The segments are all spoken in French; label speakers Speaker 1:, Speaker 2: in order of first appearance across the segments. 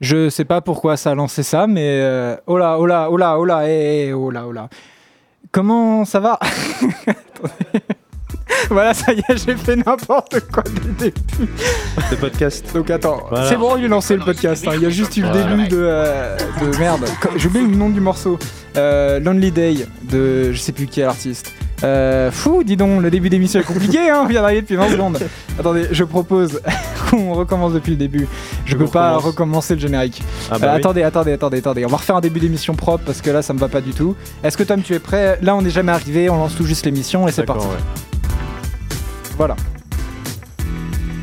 Speaker 1: Je sais pas pourquoi ça a lancé ça, mais euh, oh là, oh là, oh là, oh là, eh, eh, oh là, oh là. Comment ça va Attendez. Voilà, ça y est, j'ai fait n'importe quoi dès le début.
Speaker 2: de podcast.
Speaker 1: Donc attends,
Speaker 2: Voilà.
Speaker 1: c'est bon, il est lancé le podcast. hein. Il y a juste eu le
Speaker 2: Voilà.
Speaker 1: début de, euh, de merde. Comme- J'ai oublié le nom du morceau. Euh, Lonely Day de je sais plus qui est l'artiste. Euh, fou, dis donc, le début d'émission est compliqué, hein, on vient d'arriver depuis 20 secondes. Attendez, je propose qu'on recommence depuis le début. Je
Speaker 2: On
Speaker 1: peux pas
Speaker 2: recommence.
Speaker 1: recommencer le générique.
Speaker 2: Ah
Speaker 1: Euh,
Speaker 2: bah oui.
Speaker 1: Attendez, attendez, attendez, attendez. On va refaire un début d'émission propre parce que là, ça me va pas du tout. Est-ce que Tom, tu es prêt Là, on n'est jamais arrivé. On lance tout juste l'émission et c'est
Speaker 2: D'accord,
Speaker 1: parti.
Speaker 2: ouais.
Speaker 1: Voilà.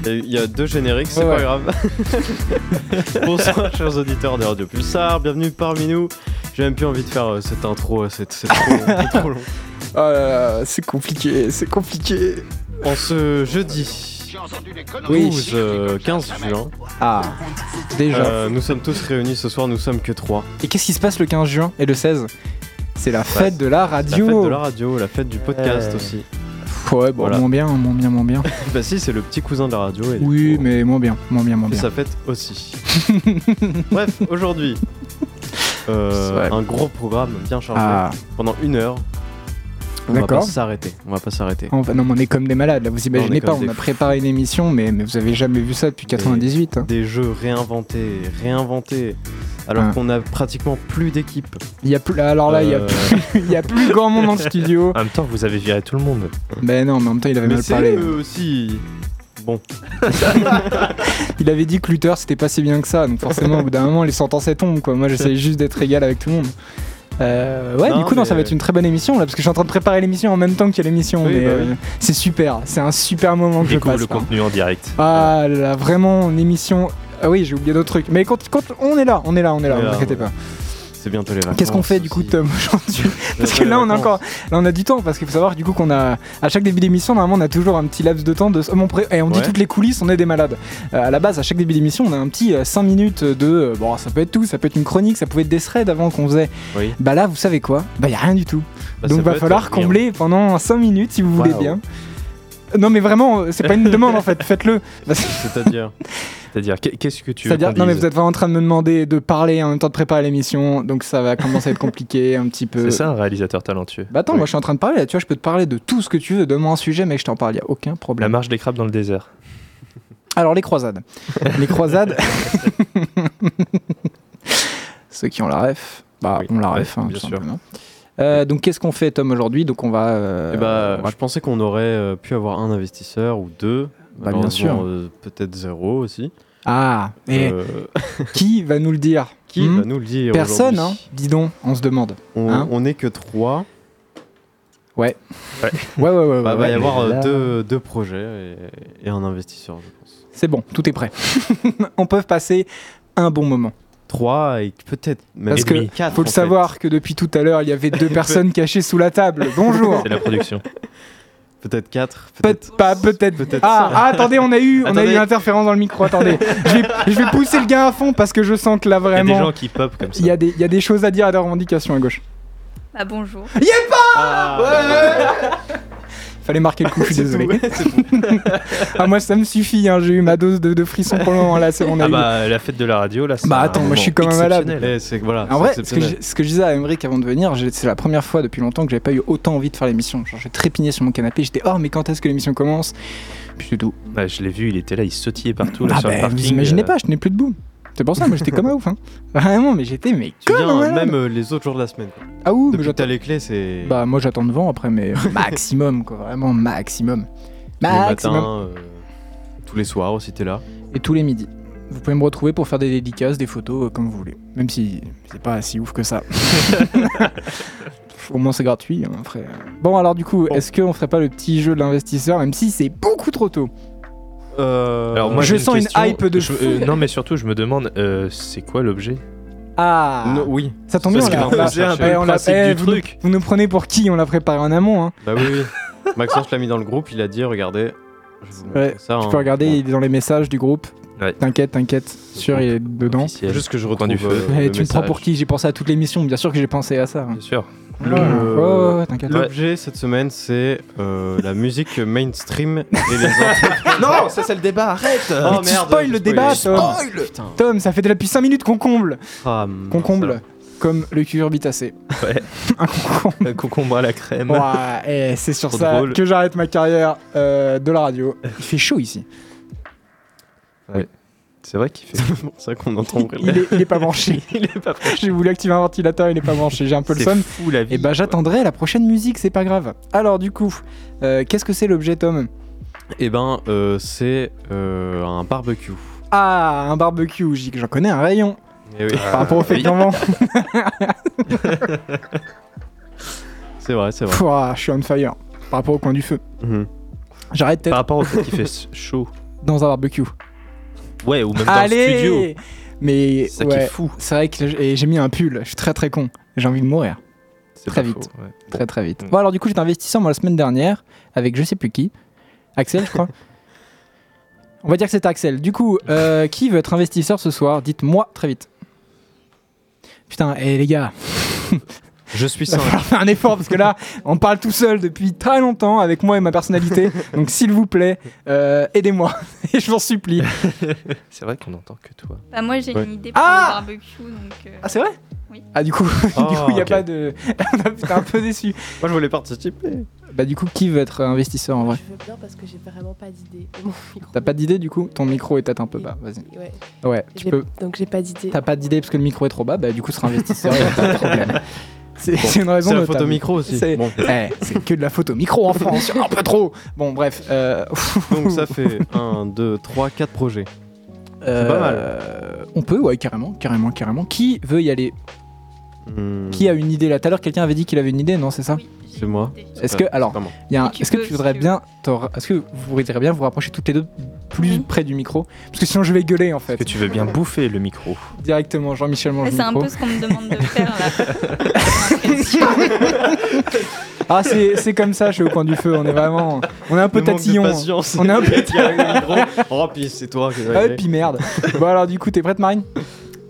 Speaker 2: Et Il y a deux génériques, c'est
Speaker 1: Ouais,
Speaker 2: pas
Speaker 1: ouais.
Speaker 2: grave. Bonsoir, chers auditeurs de Radio Pulsar, bienvenue parmi nous. J'ai même plus envie de faire euh, cette intro, euh, c'est c'est trop, long, c'est trop long.
Speaker 1: Oh là là, c'est compliqué, c'est compliqué.
Speaker 2: En ce jeudi
Speaker 1: Oui.
Speaker 2: 12, euh, 15 juin,
Speaker 1: Ah, déjà.
Speaker 2: euh, nous sommes tous réunis ce soir, nous sommes que trois. Bah,
Speaker 1: Et qu'est-ce qui se passe le 15 juin et le 16 C'est la fête de la
Speaker 2: La
Speaker 1: radio.
Speaker 2: fête de la radio, la fête du podcast
Speaker 1: Ouais.
Speaker 2: aussi.
Speaker 1: Ouais, bon,
Speaker 2: Voilà.
Speaker 1: moins bien, moins bien, moins bien.
Speaker 2: Bah si, c'est le petit cousin de la radio. Et du
Speaker 1: Oui,
Speaker 2: coup,
Speaker 1: mais moins bien, moins bien, moins
Speaker 2: Et
Speaker 1: bien.
Speaker 2: ça fête aussi. Bref, aujourd'hui, euh,
Speaker 1: Ouais.
Speaker 2: un gros programme bien chargé.
Speaker 1: Ah,
Speaker 2: Pendant une heure, on va pas
Speaker 1: D'accord.
Speaker 2: s'arrêter. On va pas s'arrêter.
Speaker 1: on va- non, mais on est comme des malades là, vous
Speaker 2: on est
Speaker 1: imaginez
Speaker 2: comme
Speaker 1: pas, on
Speaker 2: des
Speaker 1: a
Speaker 2: fous.
Speaker 1: préparé une émission, mais, mais vous avez jamais vu ça depuis
Speaker 2: Des-
Speaker 1: 98. hein.
Speaker 2: Des jeux réinventés, réinventés. Alors
Speaker 1: Ouais.
Speaker 2: qu'on a pratiquement plus d'équipe.
Speaker 1: Il y a plus, alors là, il y a
Speaker 2: Euh,
Speaker 1: plus- il y a plus grand monde dans le studio.
Speaker 3: En même temps, vous avez viré tout le monde.
Speaker 1: Ben non, mais en même temps, il avait
Speaker 2: Mais
Speaker 1: mal
Speaker 2: c'est
Speaker 1: parlé.
Speaker 2: eux aussi. Bon,
Speaker 1: Il avait dit que Luther c'était pas si bien que ça, donc forcément au bout d'un moment les sentences elles tombent quoi. Moi j'essayais juste d'être égal avec tout le monde. Euh, ouais,
Speaker 2: Non,
Speaker 1: du coup, non,
Speaker 2: mais-
Speaker 1: ça va être une très bonne émission là, parce que je suis en train de préparer l'émission en même temps qu'il y a l'émission.
Speaker 2: Oui,
Speaker 1: mais,
Speaker 2: bah
Speaker 1: euh, c'est super, c'est un super moment que je
Speaker 3: Découvre
Speaker 1: passe. hein.
Speaker 3: le
Speaker 1: là.
Speaker 3: contenu en direct.
Speaker 1: Ah là, là, vraiment, une émission. Ah oui, j'ai oublié d'autres trucs. Mais quand, quand on est là, on est là, on est là,
Speaker 2: On est
Speaker 1: ne
Speaker 2: là,
Speaker 1: vous inquiétez
Speaker 2: on est là.
Speaker 1: pas.
Speaker 2: c'est bientôt les vacances.
Speaker 1: Qu'est-ce qu'on fait du coup,
Speaker 2: aussi.
Speaker 1: Tom, aujourd'hui Parce que
Speaker 2: Bientôt
Speaker 1: là,
Speaker 2: les
Speaker 1: on a
Speaker 2: vacances.
Speaker 1: encore, là, on a du temps parce qu'il faut savoir du coup qu'on a, à chaque début d'émission, normalement, on a toujours un petit laps de temps de, oh, mon pré- et on dit
Speaker 2: Ouais.
Speaker 1: toutes les coulisses, on est des malades. Euh, à la base, à chaque début d'émission, on a un petit 5 minutes de, euh, bon, ça peut être tout, ça peut être une chronique, ça pouvait être des threads avant qu'on faisait.
Speaker 2: Oui.
Speaker 1: Bah là, vous savez quoi Bah y a rien du tout.
Speaker 2: Bah, ça
Speaker 1: Donc va
Speaker 2: peut être
Speaker 1: falloir
Speaker 2: rien.
Speaker 1: combler pendant 5 minutes si vous voulez
Speaker 2: Waouh.
Speaker 1: bien. Non mais vraiment, euh, c'est pas une demande en fait, faites-le. Parce que-
Speaker 2: C'est-à-dire.
Speaker 3: C'est-à-dire, qu'est- qu'est-ce que tu veux
Speaker 1: C'est-à-dire,
Speaker 3: qu'on
Speaker 1: non mais
Speaker 3: dise
Speaker 1: vous êtes vraiment en train de me demander de parler en même temps de préparer l'émission, donc ça va commencer à être compliqué un petit peu.
Speaker 3: C'est ça un réalisateur talentueux.
Speaker 1: euh, Bah attends, moi je suis en train de parler là, tu vois, je peux te parler de tout ce que tu veux, donne-moi un sujet, mec, je t'en parle, y a aucun
Speaker 3: La
Speaker 1: problème.
Speaker 3: marche des crabes dans le désert.
Speaker 1: Alors les croisades. les croisades. Ceux qui ont la ref, bah
Speaker 3: Oui,
Speaker 1: on la
Speaker 3: ouais,
Speaker 1: ref, hein,
Speaker 3: bien
Speaker 1: tout
Speaker 3: sûr.
Speaker 1: simplement. Euh, donc qu'est-ce qu'on fait Tom aujourd'hui Donc on va... euh,
Speaker 2: Eh bah,
Speaker 1: on va-
Speaker 2: je pensais qu'on aurait euh, pu avoir un investisseur ou deux.
Speaker 1: Bah, bien
Speaker 2: Malheureusement,
Speaker 1: sûr.
Speaker 2: euh, Peut-être zéro aussi.
Speaker 1: Ah, mais
Speaker 2: Euh,
Speaker 1: qui va nous le dire
Speaker 2: qui
Speaker 1: Hmm
Speaker 2: va nous le dire
Speaker 1: Personne, hein
Speaker 2: aujourd'hui
Speaker 1: Dis donc, on se demande.
Speaker 2: On
Speaker 1: Hein
Speaker 2: on n'est que trois.
Speaker 1: Ouais, ouais, ouais. ouais,
Speaker 2: Bah, va
Speaker 1: ouais.
Speaker 2: y avoir euh,
Speaker 1: Là-
Speaker 2: deux, deux projets et, et un investisseur, je pense.
Speaker 1: C'est bon, tout est prêt. on peut passer un bon moment.
Speaker 2: Trois et peut-être même
Speaker 1: Parce que
Speaker 2: quatre.
Speaker 1: Faut le
Speaker 2: en
Speaker 1: savoir que depuis tout à l'heure, il y avait deux personnes cachées sous la table. Bonjour.
Speaker 3: C'est la production.
Speaker 2: fait. Peut-être quatre. Peut-être.
Speaker 1: Peut-être pas, peut-être.
Speaker 2: Peut-être
Speaker 1: ah, ah, attendez, on a eu, on a eu
Speaker 2: Attendez.
Speaker 1: une interférence dans le micro. Attendez, je vais, je vais pousser le gain à fond parce que je sens que là
Speaker 3: Il y a des
Speaker 1: vraiment,
Speaker 3: gens qui pop comme ça.
Speaker 1: il y, a des- il y a des choses à dire à la revendication à gauche.
Speaker 4: Bah bonjour.
Speaker 2: Ah,
Speaker 1: Fallait marquer le coup, je suis
Speaker 2: c'est
Speaker 1: désolé.
Speaker 2: tout, ouais, c'est bon.
Speaker 1: Ah, moi, ça me suffit, hein, j'ai eu ma dose de, de frissons pour le moment. Là, c'est on a
Speaker 3: Ah
Speaker 1: eu.
Speaker 3: bah, la fête de la radio, là, c'est
Speaker 1: Bah,
Speaker 3: un
Speaker 1: attends, moi,
Speaker 3: moment
Speaker 1: je suis comme un malade.
Speaker 3: exceptionnel.
Speaker 2: Eh, c'est voilà.
Speaker 1: En vrai,
Speaker 2: c'est
Speaker 1: ce que, je,
Speaker 2: exceptionnel.
Speaker 1: ce que je disais à Emmerich avant de venir, j'ai- c'est la première fois depuis longtemps que j'avais pas eu autant envie de faire l'émission. Genre, j'ai trépigné sur mon canapé, j'étais oh, mais quand est-ce que l'émission commence Puis c'est tout.
Speaker 3: Bah, je l'ai vu, il était là, il sautillait partout là,
Speaker 1: ah,
Speaker 3: sur le
Speaker 1: bah,
Speaker 3: parking.
Speaker 1: vous imaginez
Speaker 3: euh,
Speaker 1: pas, je n'ai plus de boum. C'est pour ça, moi, j'étais comme un ouf. Hein. Vraiment, mais j'étais, mais
Speaker 2: Tu
Speaker 1: comme un
Speaker 2: viens
Speaker 1: malade.
Speaker 2: même euh, les autres jours de la semaine. quoi.
Speaker 1: Ah, ouh, mais
Speaker 2: Depuis que
Speaker 1: j'attends.
Speaker 2: t'as les clés, c'est.
Speaker 1: Bah moi j'attends devant après mais maximum quoi, vraiment maximum.
Speaker 2: tous les
Speaker 1: bah, Maximum.
Speaker 2: matins, euh, tous les soirs aussi, t'es là.
Speaker 1: Et tous les midis. Vous pouvez me retrouver pour faire des dédicaces, des photos euh, comme vous voulez. Même si c'est pas si ouf que ça. Au moins c'est gratuit hein, après. Bon alors du coup, est-ce qu'on ferait pas le petit jeu de l'investisseur même si c'est beaucoup trop tôt
Speaker 2: Euh,
Speaker 3: Alors moi,
Speaker 1: je
Speaker 3: j'ai
Speaker 1: sens une
Speaker 3: question.
Speaker 1: hype de
Speaker 3: Je-
Speaker 1: fou.
Speaker 3: euh, non mais surtout, je me demande, euh, c'est quoi l'objet
Speaker 1: Ah
Speaker 2: non, oui.
Speaker 1: Ça tombe
Speaker 3: Parce
Speaker 1: bien
Speaker 3: que
Speaker 1: là.
Speaker 3: là, on va
Speaker 1: là,
Speaker 3: chercher
Speaker 1: eh,
Speaker 3: le
Speaker 1: on l'a-
Speaker 3: principe
Speaker 1: eh,
Speaker 3: du
Speaker 1: vous, nous-
Speaker 3: truc.
Speaker 1: vous nous prenez pour qui On l'a préparé en amont hein.
Speaker 2: Bah oui, oui. Maxence l'a mis dans le groupe, il a dit regardez. Je vous montre
Speaker 1: Ouais,
Speaker 2: ça, hein.
Speaker 1: Tu peux regarder il est dans les messages du groupe.
Speaker 3: Ouais.
Speaker 1: T'inquiète, t'inquiète. Sûr, il est dedans.
Speaker 3: Officiel.
Speaker 2: Juste que je
Speaker 3: Coin
Speaker 2: retrouve
Speaker 3: du feu.
Speaker 2: euh,
Speaker 1: Eh,
Speaker 2: le
Speaker 1: tu me prends
Speaker 2: message.
Speaker 1: pour qui J'ai pensé à toute l'émission, bien sûr que j'ai pensé à ça.
Speaker 3: Bien sûr.
Speaker 2: Le-
Speaker 1: Ouais, ouais, ouais, t'inquiète.
Speaker 2: L'objet cette semaine, c'est euh, la musique mainstream et les infos.
Speaker 4: Non, ça c'est le débat, arrête
Speaker 2: Oh,
Speaker 3: Oh,
Speaker 1: Mais Oh, tu spoil le débat, Tom.
Speaker 4: Putain
Speaker 1: Tom, ça fait depuis 5 minutes qu'on comble. Qu'on comble.
Speaker 2: comble
Speaker 1: Comme le cucurbitacé.
Speaker 3: Ouais.
Speaker 1: Un concombre.
Speaker 3: Le concombre à la crème.
Speaker 1: Ouah, eh, c'est sur
Speaker 3: Trop
Speaker 1: ça
Speaker 3: drôle.
Speaker 1: que j'arrête ma carrière euh, de la radio. Il fait chaud ici.
Speaker 3: C'est vrai qu'il fait.
Speaker 2: C'est vrai qu'on entend
Speaker 1: Il,
Speaker 2: vraiment.
Speaker 1: il est, il est pas branché.
Speaker 3: Il est pas
Speaker 1: J'ai voulu activer un ventilateur, il est pas branché. J'ai un peu le
Speaker 3: C'est
Speaker 1: somme.
Speaker 3: fou la vie.
Speaker 1: Et bah j'attendrai la prochaine musique, c'est pas grave. Alors du coup, euh, qu'est-ce que c'est l'objet Tom
Speaker 2: Eh ben, euh, c'est euh, un barbecue.
Speaker 1: Ah, un barbecue, j'y- j'en connais un rayon.
Speaker 2: Eh
Speaker 3: Euh,
Speaker 2: oui,
Speaker 1: Par rapport au fait que j'en vends.
Speaker 2: c'est vrai, c'est vrai.
Speaker 1: Pff, ah, je suis on fire. Par rapport au coin du feu.
Speaker 2: Mhm.
Speaker 1: J'arrête
Speaker 3: Par
Speaker 1: peut-être
Speaker 3: rapport au fait qu'il fait chaud.
Speaker 1: dans un barbecue.
Speaker 3: Ouais, ou même dans le studio.
Speaker 1: Allez Mais
Speaker 3: C'est ça qui est
Speaker 1: ouais,
Speaker 3: fou.
Speaker 1: c'est vrai que et j'ai mis un pull, je suis très très con. J'ai envie de mourir.
Speaker 3: C'est
Speaker 1: Très
Speaker 3: pas
Speaker 1: vite.
Speaker 3: faux, ouais. Bon.
Speaker 1: Très très vite.
Speaker 3: Mm.
Speaker 1: Bon alors du coup j'étais investisseur moi la semaine dernière avec je sais plus qui. Axel je crois. On va dire que c'était Axel. Du coup, euh, qui veut être investisseur ce soir Dites moi très vite. Putain, et les gars,
Speaker 2: Je suis
Speaker 1: il va
Speaker 2: simple.
Speaker 1: falloir faire un effort parce que là, on parle tout seul depuis très longtemps avec moi et ma personnalité. Donc s'il vous plaît, euh, aidez-moi. Et je vous supplie.
Speaker 3: C'est vrai qu'on entend que toi.
Speaker 5: Bah, moi j'ai
Speaker 2: Ouais.
Speaker 5: une idée pour
Speaker 1: Ah
Speaker 5: le barbecue donc. euh,
Speaker 1: Ah c'est vrai
Speaker 5: Oui.
Speaker 1: Ah du coup, du coup, il n'y a
Speaker 2: ok.
Speaker 1: pas de... T'es un peu déçu.
Speaker 2: Moi, je voulais participer.
Speaker 1: Bah du coup, qui veut être investisseur en vrai
Speaker 6: Je veux bien parce que j'ai vraiment pas d'idée. Mon micro-
Speaker 1: T'as pas d'idée du coup Ton micro est peut-être un peu bas, vas-y.
Speaker 6: Ouais.
Speaker 1: Ouais, tu
Speaker 6: J'ai-
Speaker 1: peux...
Speaker 6: Donc j'ai pas d'idée.
Speaker 1: T'as pas d'idée parce que le micro est trop bas, bah du coup, ce sera investisseur, y a pas de problème. C'est c'est une raison
Speaker 2: C'est la
Speaker 1: notable.
Speaker 2: photo micro aussi.
Speaker 1: C'est
Speaker 2: Bon.
Speaker 1: Eh, c'est que de la photo micro en France, un peu trop Bon bref, euh,
Speaker 2: Donc, ça fait 1, 2, 3, 4 projets. pas mal.
Speaker 1: euh, on peut, ouais, carrément, carrément, carrément. Qui veut y aller
Speaker 2: Hmm,
Speaker 1: Qui a une idée là Tout à l'heure, quelqu'un avait dit qu'il avait une idée, non C'est ça
Speaker 5: oui, j'ai
Speaker 2: c'est
Speaker 5: une
Speaker 2: moi. Euh,
Speaker 5: idée.
Speaker 1: Est-ce que, alors,
Speaker 2: pas moi.
Speaker 1: il y a un-
Speaker 5: Et tu
Speaker 1: est-ce que
Speaker 5: peux,
Speaker 1: tu
Speaker 5: si
Speaker 1: voudrais
Speaker 5: tu veux.
Speaker 1: bien, t'aurais- est-ce que vous voudriez bien vous rapprocher toutes les deux plus
Speaker 5: euh, Mhm.
Speaker 1: près du micro Parce que sinon je vais gueuler en
Speaker 3: Est-ce que
Speaker 1: fait.
Speaker 3: tu veux bien bouffer le micro
Speaker 1: Directement, Jean-Michel mange
Speaker 5: Ouais,
Speaker 1: le
Speaker 5: Ah, c'est un
Speaker 1: micro.
Speaker 5: peu ce qu'on me demande de faire là.
Speaker 1: Ah, c'est c'est comme ça, je suis au coin du feu, on est vraiment. On est un peu
Speaker 2: Le manque de
Speaker 1: tatillon.
Speaker 2: patience.
Speaker 1: On est un peu.
Speaker 2: Il y a le micro. Oh, puis c'est toi qui vas y
Speaker 1: Ah,
Speaker 2: aller.
Speaker 1: puis merde. Bon, alors, du coup, t'es prête, Marine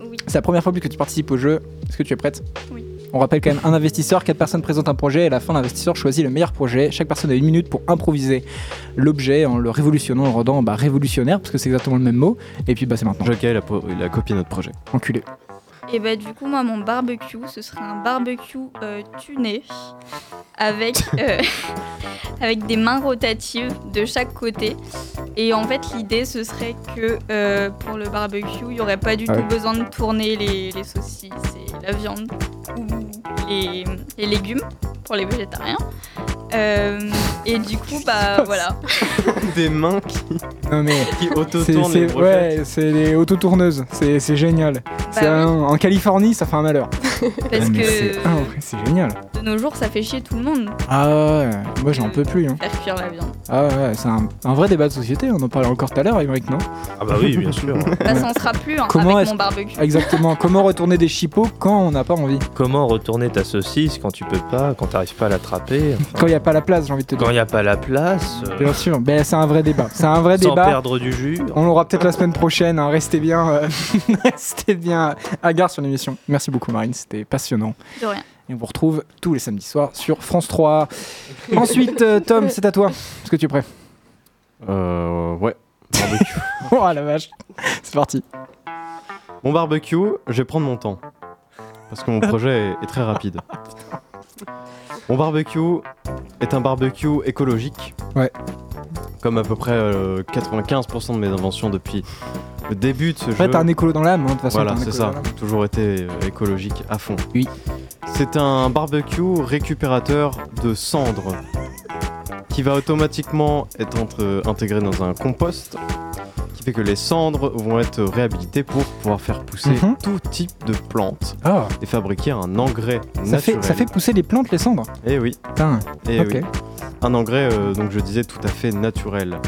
Speaker 5: Oui.
Speaker 1: C'est la première fois plus que tu participes au jeu. Est-ce que tu es prête
Speaker 5: Oui.
Speaker 1: On rappelle quand même un investisseur, quatre personnes présentent un projet et à la fin, l'investisseur choisit le meilleur projet. Chaque personne a une minute pour improviser l'objet en le révolutionnant, en le rendant bah, révolutionnaire, parce que c'est exactement le même mot. Et puis, bah, c'est maintenant.
Speaker 2: Joker, il a, po- il a copié notre projet.
Speaker 1: Enculé.
Speaker 5: Et bah du coup moi mon barbecue ce sera un barbecue euh, tuné avec euh, avec des mains rotatives de chaque côté et en fait l'idée ce serait que euh, pour le barbecue il y aurait pas du
Speaker 1: Ah
Speaker 5: tout
Speaker 1: ouais.
Speaker 5: besoin de tourner les, les saucisses et la viande ou les, les légumes pour les végétariens Euh, et du coup bah voilà
Speaker 2: Des mains qui,
Speaker 1: Non, mais.
Speaker 2: qui
Speaker 1: C'est
Speaker 2: auto-tournent les
Speaker 1: c'est-
Speaker 2: projets.
Speaker 1: ouais, c'est les autotourneuses, c'est c'est génial. C'est
Speaker 5: Bah oui.
Speaker 1: un- en Californie, ça fait un malheur.
Speaker 5: parce
Speaker 1: Mais
Speaker 5: que
Speaker 1: c'est- ah, c'est génial.
Speaker 5: de nos jours ça fait chier tout le monde
Speaker 1: Ah ouais, moi j'en peux plus. Hein.
Speaker 5: de faire cuire la viande
Speaker 1: Ah ouais, c'est un, un vrai débat de société, on en parlait encore tout à l'heure, Émeric, non
Speaker 3: Ah bah oui, bien sûr.
Speaker 5: Bah, ça en sera plus hein,
Speaker 1: Comment
Speaker 5: avec
Speaker 1: est-ce-
Speaker 5: mon barbecue.
Speaker 1: Exactement, comment retourner des chipots quand on n'a pas envie
Speaker 3: Comment retourner ta saucisse quand tu peux pas, quand t'arrives pas à l'attraper, enfin,
Speaker 1: Quand il n'y a pas la place, j'ai envie de te
Speaker 3: quand
Speaker 1: dire.
Speaker 3: il n'y a pas la place, euh,
Speaker 1: Bien sûr, ben, c'est un vrai débat. C'est un vrai
Speaker 3: sans
Speaker 1: débat.
Speaker 3: perdre du jus.
Speaker 1: On l'aura peut-être la semaine prochaine, hein, restez bien euh, restez bien à gare sur l'émission. Merci beaucoup Marine, c'était passionnant.
Speaker 5: De rien.
Speaker 1: Et on vous retrouve tous les samedis soirs sur France 3. Ensuite, euh, Tom, c'est à toi. Est-ce que tu es prêt
Speaker 2: Euh, ouais.
Speaker 1: Oh la vache, c'est parti.
Speaker 2: Mon barbecue, je vais prendre mon temps. Parce que mon projet est, est très rapide. Mon barbecue est un barbecue écologique.
Speaker 1: Ouais.
Speaker 2: Comme à peu près euh, 95% de mes inventions depuis le début de ce
Speaker 1: Après,
Speaker 2: jeu.
Speaker 1: t'as un écolo dans l'âme, hein, de toute façon.
Speaker 2: Voilà,
Speaker 1: t'as un
Speaker 2: c'est
Speaker 1: écolo
Speaker 2: ça.
Speaker 1: dans l'âme.
Speaker 2: Toujours été euh, écologique à fond.
Speaker 1: Oui.
Speaker 2: C'est un barbecue récupérateur de cendres qui va automatiquement être entre- euh, intégré dans un compost qui fait que les cendres vont être réhabilitées pour pouvoir faire pousser
Speaker 1: Mhm.
Speaker 2: tout type de plantes
Speaker 1: Ah,
Speaker 2: et fabriquer un engrais
Speaker 1: ça fait,
Speaker 2: naturel.
Speaker 1: ça fait pousser les plantes, les cendres.
Speaker 2: Eh oui,
Speaker 1: Putain,
Speaker 2: eh
Speaker 1: ok.
Speaker 2: oui. Un engrais, euh, donc je disais, tout à fait naturel.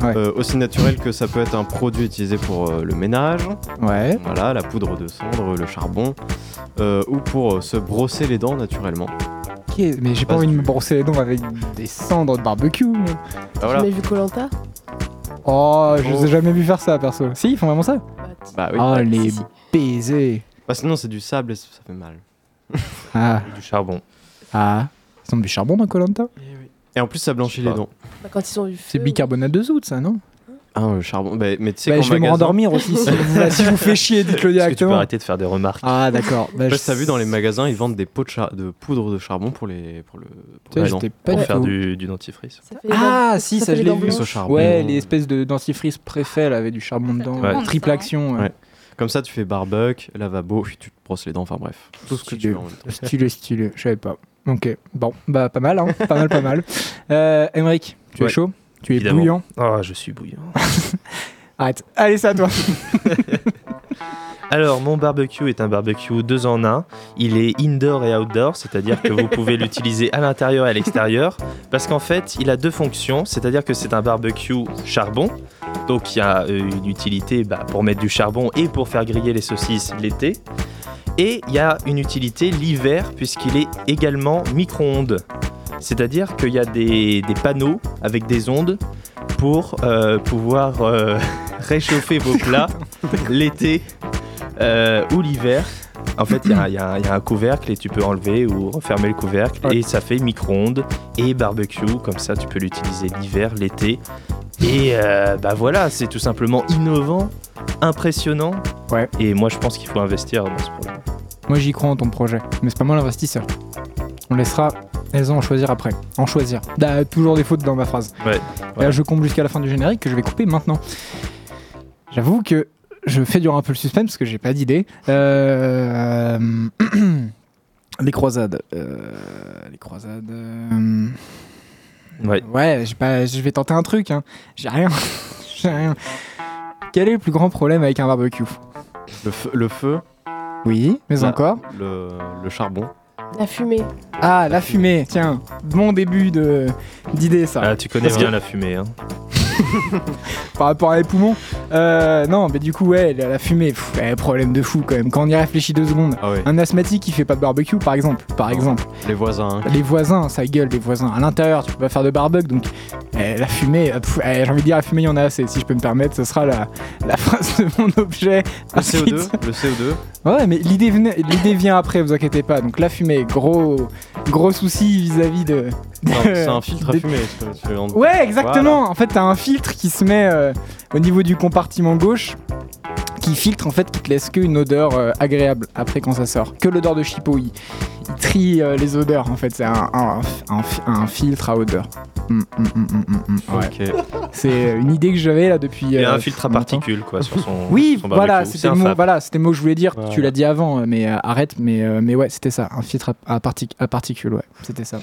Speaker 1: Ouais.
Speaker 2: Euh, aussi naturel que ça peut être un produit utilisé pour euh, le ménage,
Speaker 1: Ouais.
Speaker 2: voilà, la poudre de cendre, le charbon, euh, ou pour euh, se brosser les dents naturellement.
Speaker 1: Ok, mais j'ai pas
Speaker 2: Passe
Speaker 1: envie de me
Speaker 2: du-
Speaker 1: brosser les dents avec des cendres de barbecue.
Speaker 2: Ah, Bah voilà.
Speaker 6: Mais vu Colanta
Speaker 1: Oh, je les ai
Speaker 2: Oh.
Speaker 1: jamais vu faire ça, perso. Si, ils font vraiment ça
Speaker 2: Bah oui.
Speaker 1: Oh,
Speaker 6: Si,
Speaker 1: les
Speaker 6: si.
Speaker 1: baisers.
Speaker 2: Bah, sinon, c'est du sable et ça ça fait mal.
Speaker 1: Ah,
Speaker 3: Du charbon.
Speaker 1: ah. Ils ont du charbon dans Colanta
Speaker 6: Eh
Speaker 2: Et en plus, ça blanchit
Speaker 3: Je sais
Speaker 2: les
Speaker 3: pas.
Speaker 2: dents.
Speaker 6: Bah, quand ils ont du feu.
Speaker 1: C'est bicarbonate de soude, ça, non
Speaker 2: Ah, le charbon. Bah, mais tu sais
Speaker 1: Bah,
Speaker 2: qu'en
Speaker 1: Je vais me
Speaker 2: magasin-
Speaker 1: rendormir aussi. Si vous, si je vous fais chier, dites-le
Speaker 3: Est-ce que tu peux
Speaker 1: directement.
Speaker 3: arrêter de faire des remarques
Speaker 1: Ah, d'accord. Bah,
Speaker 2: Bah, t'as vu dans les magasins, ils vendent des pots de, char- de poudre de charbon pour les pour le pour
Speaker 1: Tu
Speaker 2: les
Speaker 1: sais,
Speaker 2: dents.
Speaker 1: j'étais pas
Speaker 3: pour
Speaker 1: du
Speaker 3: faire
Speaker 1: tout.
Speaker 3: du, du dentifrice
Speaker 6: Ça fait les dents-
Speaker 1: Ah, si,
Speaker 6: Eh ben, ça
Speaker 1: ça,
Speaker 6: fait
Speaker 1: je
Speaker 6: les
Speaker 1: l'ai
Speaker 6: dents
Speaker 1: vu.
Speaker 6: blanches.
Speaker 2: Sauce charbon.
Speaker 1: Ouais, les espèces de dentifrice préfet là, avec du charbon dedans,
Speaker 5: Ouais.
Speaker 1: triple action. euh,
Speaker 2: Ouais. Comme ça, tu fais barbecue, lavabo, puis tu te brosses les dents. Enfin bref, tout ce que tu veux. en même temps.
Speaker 1: Stylé, stylé, je savais pas. Ok, bon, bah pas mal, hein, pas mal, pas mal. Euh, Emmerich, tu es
Speaker 3: Ouais.
Speaker 1: chaud Tu es
Speaker 3: Évidemment.
Speaker 1: bouillant
Speaker 3: Ah, je suis bouillant.
Speaker 1: Arrête, allez, c'est à toi.
Speaker 3: Alors, mon barbecue est un barbecue deux en un. Il est indoor et outdoor, c'est-à-dire que vous pouvez l'utiliser à l'intérieur et à l'extérieur. Parce qu'en fait, il a deux fonctions, c'est-à-dire que c'est un barbecue charbon. Donc, il y a euh, une utilité bah, pour mettre du charbon et pour faire griller les saucisses l'été. Et il y a une utilité l'hiver, puisqu'il est également micro-ondes. C'est-à-dire qu'il y a des, des panneaux avec des ondes pour euh, pouvoir euh, réchauffer vos plats l'été euh, ou l'hiver. En fait, il y, a- il y a il y a un couvercle et tu peux enlever ou refermer le couvercle
Speaker 1: Ouais.
Speaker 3: et ça fait micro-ondes et barbecue. Comme ça, tu peux l'utiliser l'hiver, l'été. Et euh, bah voilà, c'est tout simplement innovant, impressionnant.
Speaker 1: Ouais.
Speaker 3: Et moi, je pense qu'il faut investir dans ce problème.
Speaker 1: Moi, j'y crois en ton projet, mais c'est pas moi l'investisseur. On laissera elles en choisir après. En choisir. Bah, toujours des fautes dans ma phrase.
Speaker 3: Ouais,
Speaker 1: Et Là, je comble jusqu'à la fin du générique que je vais couper maintenant. J'avoue que je fais durer un peu le suspense parce que j'ai pas d'idée. Euh, les croisades. euh, Les croisades. euh,
Speaker 3: Ouais.
Speaker 1: Ouais, j'ai pas, je vais tenter un truc. Hein. J'ai rien. j'ai rien. Quel est le plus grand problème avec un barbecue
Speaker 2: Le feu, le, feu
Speaker 1: Oui, mais
Speaker 2: Bah.
Speaker 1: encore.
Speaker 2: le, le charbon.
Speaker 6: La fumée.
Speaker 1: Ah, la fumée. Tiens, bon début de d'idée ça.
Speaker 3: Ah, tu connais
Speaker 1: Parce
Speaker 3: bien la fumée. Hein.
Speaker 1: par rapport à les poumons. Euh, non, mais du coup, ouais, la, la fumée, pff, ouais, problème de fou quand même. Quand on y réfléchit deux secondes,
Speaker 2: Ah ouais, Ah
Speaker 1: un asthmatique, il fait pas de barbecue, par exemple. Par exemple,
Speaker 2: les voisins.
Speaker 1: les voisins, ça gueule, les voisins. À l'intérieur, tu peux pas faire de barbecue, donc euh, la fumée, euh, pff, euh, j'ai envie de dire, la fumée, il y en a assez. Si je peux me permettre, ce sera la, la phrase de mon objet.
Speaker 2: Le CO2,
Speaker 1: Ensuite-
Speaker 2: le CO2.
Speaker 1: Ouais, mais l'idée venait- l'idée vient après, vous inquiétez pas. Donc la fumée, gros, gros souci vis-à-vis de.
Speaker 2: Non,
Speaker 1: de-
Speaker 2: c'est un filtre à
Speaker 1: de-
Speaker 2: fumer. c'est comme si tu le-
Speaker 1: Ouais, exactement. En fait, t'as un filtre qui se met euh, au niveau du compartiment gauche, qui filtre en fait, qui te laisse qu'une odeur euh, agréable après quand ça sort. Que l'odeur de chipot, il, il trie euh, les odeurs. En fait, c'est un, un- un- un- un filtre à odeur. Mm, mm, mm, mm, mm, mm. Ouais.
Speaker 2: Ok.
Speaker 1: C'est euh, une idée que j'avais là depuis.
Speaker 3: Il y a
Speaker 1: euh,
Speaker 3: un filtre à
Speaker 1: longtemps.
Speaker 3: particules quoi, sur son.
Speaker 1: Oui,
Speaker 3: sur son
Speaker 1: voilà,
Speaker 3: barbecue.
Speaker 1: c'était
Speaker 3: un
Speaker 1: le mot,
Speaker 3: fab.
Speaker 1: voilà, c'était le mot que je voulais dire. Tu
Speaker 2: Voilà.
Speaker 1: l'as dit avant, euh, mais euh, arrête. Mais, euh, mais ouais, c'était ça, un filtre à, à partic- à particules. Ouais, c'était ça.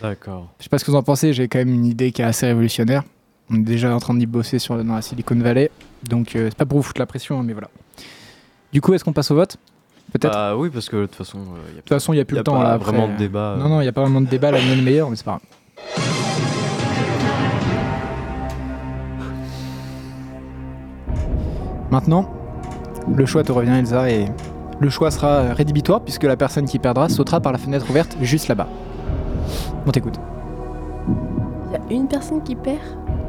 Speaker 2: D'accord.
Speaker 1: Je sais pas ce que vous en pensez, j'ai quand même une idée qui est assez révolutionnaire. On est déjà en train d'y bosser sur, dans la Silicon Valley, donc euh, c'est pas pour vous foutre la pression, hein, mais voilà. Du coup, est-ce qu'on passe au vote Peut-être. De
Speaker 2: Bah oui, parce que de toute façon, il n'y a,
Speaker 1: toute façon, il n'y a plus
Speaker 2: y a
Speaker 1: le temps
Speaker 2: pas
Speaker 1: là. après.
Speaker 2: vraiment de débat. euh.
Speaker 1: Non, non, il n'y a pas vraiment de débat, la mienne est meilleure, mais c'est pas grave. Maintenant, le choix te revient, Elsa, et le choix sera euh, rédhibitoire puisque la personne qui perdra sautera par la fenêtre ouverte juste là-bas. On t'écoute.
Speaker 6: Il y a une personne qui perd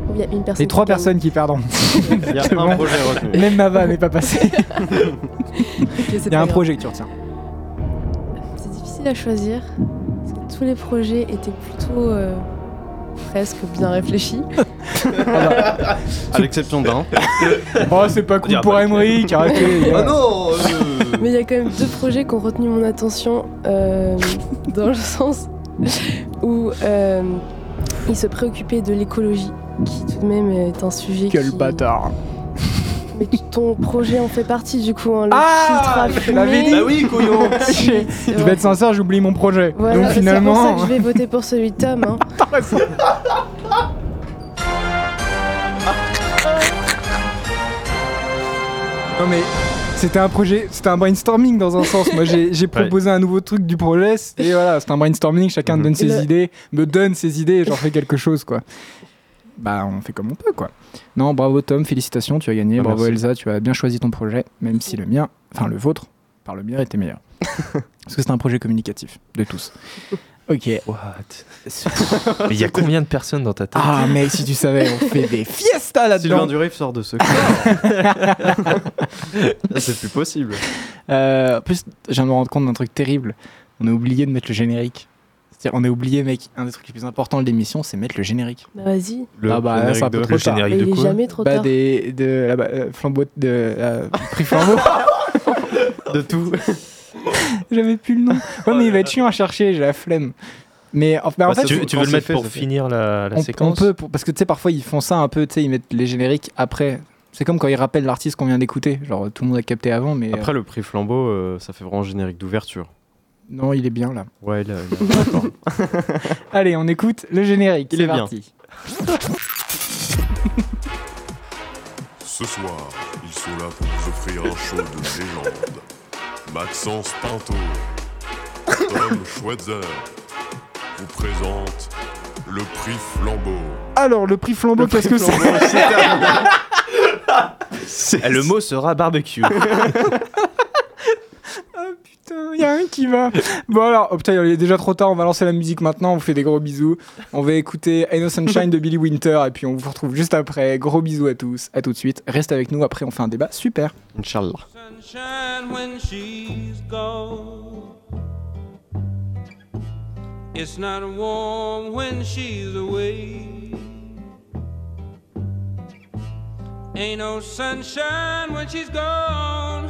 Speaker 6: ou il y a une personne
Speaker 1: Les trois
Speaker 6: qui gagne
Speaker 1: personnes qui perdront.
Speaker 2: Il y a
Speaker 1: Exactement.
Speaker 2: un projet retenu.
Speaker 1: Même ma vanne n'est pas passée.
Speaker 6: Ok,
Speaker 1: Il
Speaker 6: c'est
Speaker 1: y a
Speaker 6: pas
Speaker 1: un
Speaker 6: grave.
Speaker 1: projet que tu retiens.
Speaker 6: C'est difficile à choisir. Parce que tous les projets étaient plutôt euh, presque bien réfléchis.
Speaker 2: À l'exception d'un.
Speaker 1: Oh, c'est pas cool
Speaker 3: dira
Speaker 1: pour
Speaker 3: pas. Ah
Speaker 1: Emery, arrêtez. les gars.
Speaker 2: Ah non
Speaker 6: Mais il y a quand même deux projets qui ont retenu mon attention euh, dans le sens où euh, ils se préoccupaient de l'écologie, qui tout de même est un sujet
Speaker 1: Quel
Speaker 6: qui-
Speaker 1: bâtard.
Speaker 6: Mais ton projet en fait partie du coup, hein, le
Speaker 1: Ah,
Speaker 6: filtre à
Speaker 1: je l'avais
Speaker 6: fumer.
Speaker 1: dit. Bah
Speaker 2: oui, couillon
Speaker 1: Je
Speaker 6: C'est
Speaker 1: vais
Speaker 6: vrai.
Speaker 1: être sincère, j'oublie mon projet.
Speaker 6: Voilà,
Speaker 1: Donc
Speaker 6: c'est
Speaker 1: finalement. hein.
Speaker 6: pour ça que je vais voter pour celui de Tom. hein.
Speaker 1: Non mais c'était un projet, c'était un brainstorming dans un sens. Moi j'ai j'ai proposé un nouveau truc du projet et voilà, c'est un brainstorming, chacun
Speaker 2: Mhm.
Speaker 1: donne ses
Speaker 6: Le-
Speaker 1: idées, me donne ses idées et j'en fais quelque chose quoi. Bah on fait comme on peut quoi. Non, bravo Tom, félicitations, tu as gagné,
Speaker 2: Ah,
Speaker 1: bravo
Speaker 2: merci.
Speaker 1: Elsa, tu as bien choisi ton projet, même si le mien, enfin le vôtre, par le mien était meilleur. Parce que c'est un projet communicatif de tous. Ok.
Speaker 3: What Mais il y a combien de personnes dans ta tête
Speaker 1: Ah, mais si tu savais, on fait des fiestas
Speaker 2: Sylvain
Speaker 1: là-dedans.
Speaker 2: Durif sort de ce corps. Ça, c'est plus possible.
Speaker 1: Euh, en plus, je viens de me rendre compte d'un truc terrible. On a oublié de mettre le générique. C'est-à-dire, on a oublié, mec, un des trucs les plus importants de l'émission, c'est mettre le générique.
Speaker 6: Bah vas-y,
Speaker 2: Le
Speaker 1: Ah bah,
Speaker 2: générique
Speaker 1: ça, un peu
Speaker 2: de-
Speaker 1: trop
Speaker 3: Le
Speaker 1: tard.
Speaker 3: générique
Speaker 6: il
Speaker 3: de
Speaker 6: est
Speaker 3: quoi
Speaker 6: jamais trop
Speaker 1: Bah,
Speaker 6: tard.
Speaker 1: des de la euh, flambeau de euh, prix flambeau.
Speaker 2: de tout.
Speaker 1: J'avais plus le nom. Ouais, mais il va être chiant à chercher. J'ai la flemme. Mais en, bah, en
Speaker 2: Bah,
Speaker 1: fait,
Speaker 2: c'est-
Speaker 3: tu, tu
Speaker 2: quand
Speaker 3: veux le
Speaker 2: c'est
Speaker 3: mettre
Speaker 2: fait,
Speaker 3: pour
Speaker 2: ça fait.
Speaker 3: finir euh, la, la
Speaker 1: on, on
Speaker 3: séquence
Speaker 1: peut pour- parce que tu sais, parfois ils font ça un peu. Tu sais, ils mettent les génériques après. C'est comme quand ils rappellent l'artiste qu'on vient d'écouter. Genre, tout le monde a capté avant, mais euh,
Speaker 2: Après, le prix flambeau, euh, ça fait vraiment générique d'ouverture.
Speaker 1: non, il est bien là.
Speaker 2: Ouais, là,
Speaker 1: Allez, on écoute le générique.
Speaker 2: Il
Speaker 1: c'est
Speaker 2: est bien.
Speaker 1: parti.
Speaker 4: Ce soir, ils sont là pour vous offrir un show de légende. Maxence Pinto, Tom Schweitzer vous présente le prix Flambeau.
Speaker 1: Alors, le prix flambeau, qu'est-ce que c'est
Speaker 3: Eh, Le mot sera barbecue.
Speaker 1: Putain, y a un qui va. Bon alors, oh putain, il est déjà trop tard, on va lancer la musique maintenant, on vous fait des gros bisous. On va écouter I No Sunshine de Billy Winter et puis on vous retrouve juste après. Gros bisous à tous, à tout de suite. Reste avec nous, après on fait un débat super.
Speaker 2: Inch'Allah.
Speaker 7: sunshine when she's gone. It's not warm when she's away. Ain't no sunshine when she's gone,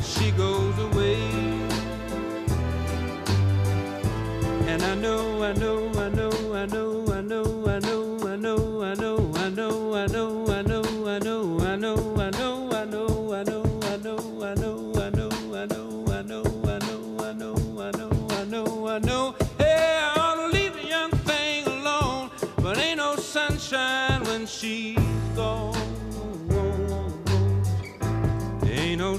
Speaker 7: she goes away. And I know, I know, I know, I know, I know, I know, I know, I know, I know, I know, I know, I know, I know, I know, I know, I know, I know, I know, I know, I know, I know, I know, I know, I know, I know, I know. Hey, I ought to leave the young thing alone, but ain't no sunshine when she's gone. Ain't no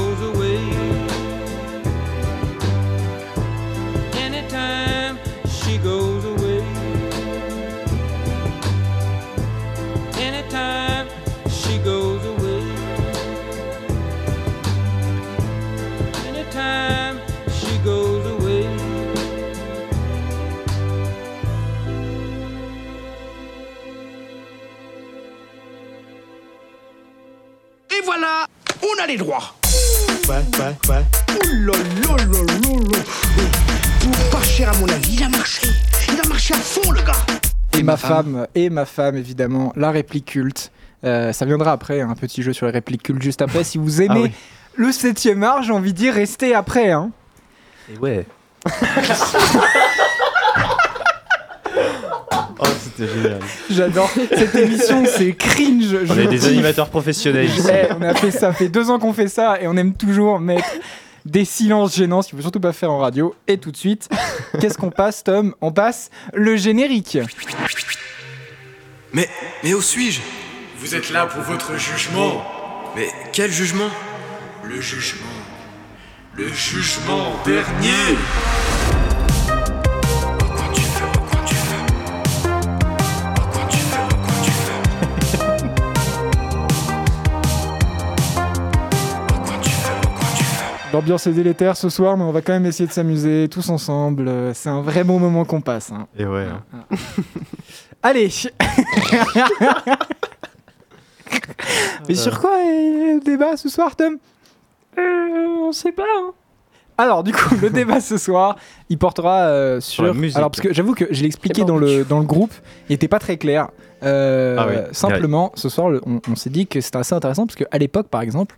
Speaker 7: away. Anytime she goes away. Anytime she goes away. Anytime she goes away.
Speaker 8: Et voilà, on a les droits. Ouais, ouais, ouais. Ouh là là là là là. Pour pas cher à mon avis, il a marché. Il a marché à fond le gars.
Speaker 1: Et, ma femme. et ma femme évidemment, la réplique culte. Euh, ça viendra après, un petit jeu sur les répliques cultes juste après. Si vous aimez
Speaker 2: Ah oui.
Speaker 1: le 7ème art, j'ai envie de dire restez après. Hein.
Speaker 3: Et ouais.
Speaker 2: Oh, c'était génial.
Speaker 1: J'adore cette émission, c'est cringe.
Speaker 3: On
Speaker 1: je
Speaker 3: est des animateurs professionnels ici.
Speaker 1: Eh, on a fait ça, fait deux ans qu'on fait ça et on aime toujours mettre des silences gênants, ce qu'il faut surtout pas faire en radio. Et tout de suite, qu'est-ce qu'on passe, Tom On passe le générique.
Speaker 9: Mais, mais où suis-je Vous êtes là pour votre jugement. Mais quel jugement Le jugement. Le jugement dernier.
Speaker 1: L'ambiance est délétère ce soir, mais on va quand même essayer de s'amuser tous ensemble. Euh, C'est un vrai bon moment qu'on passe. hein.
Speaker 2: Et ouais. hein.
Speaker 1: Allez Mais sur quoi est le débat ce soir, Tom Euh, On sait pas. hein. Alors, du coup, le débat ce soir, il portera euh, sur.
Speaker 2: la musique. Eh ben,
Speaker 1: Alors, parce que j'avoue que je l'ai expliqué dans le, dans le groupe, il était pas très clair. Euh,
Speaker 2: Ah oui.
Speaker 1: Simplement, ce soir, le- on, on s'est dit que c'était assez intéressant parce qu'à l'époque, par exemple,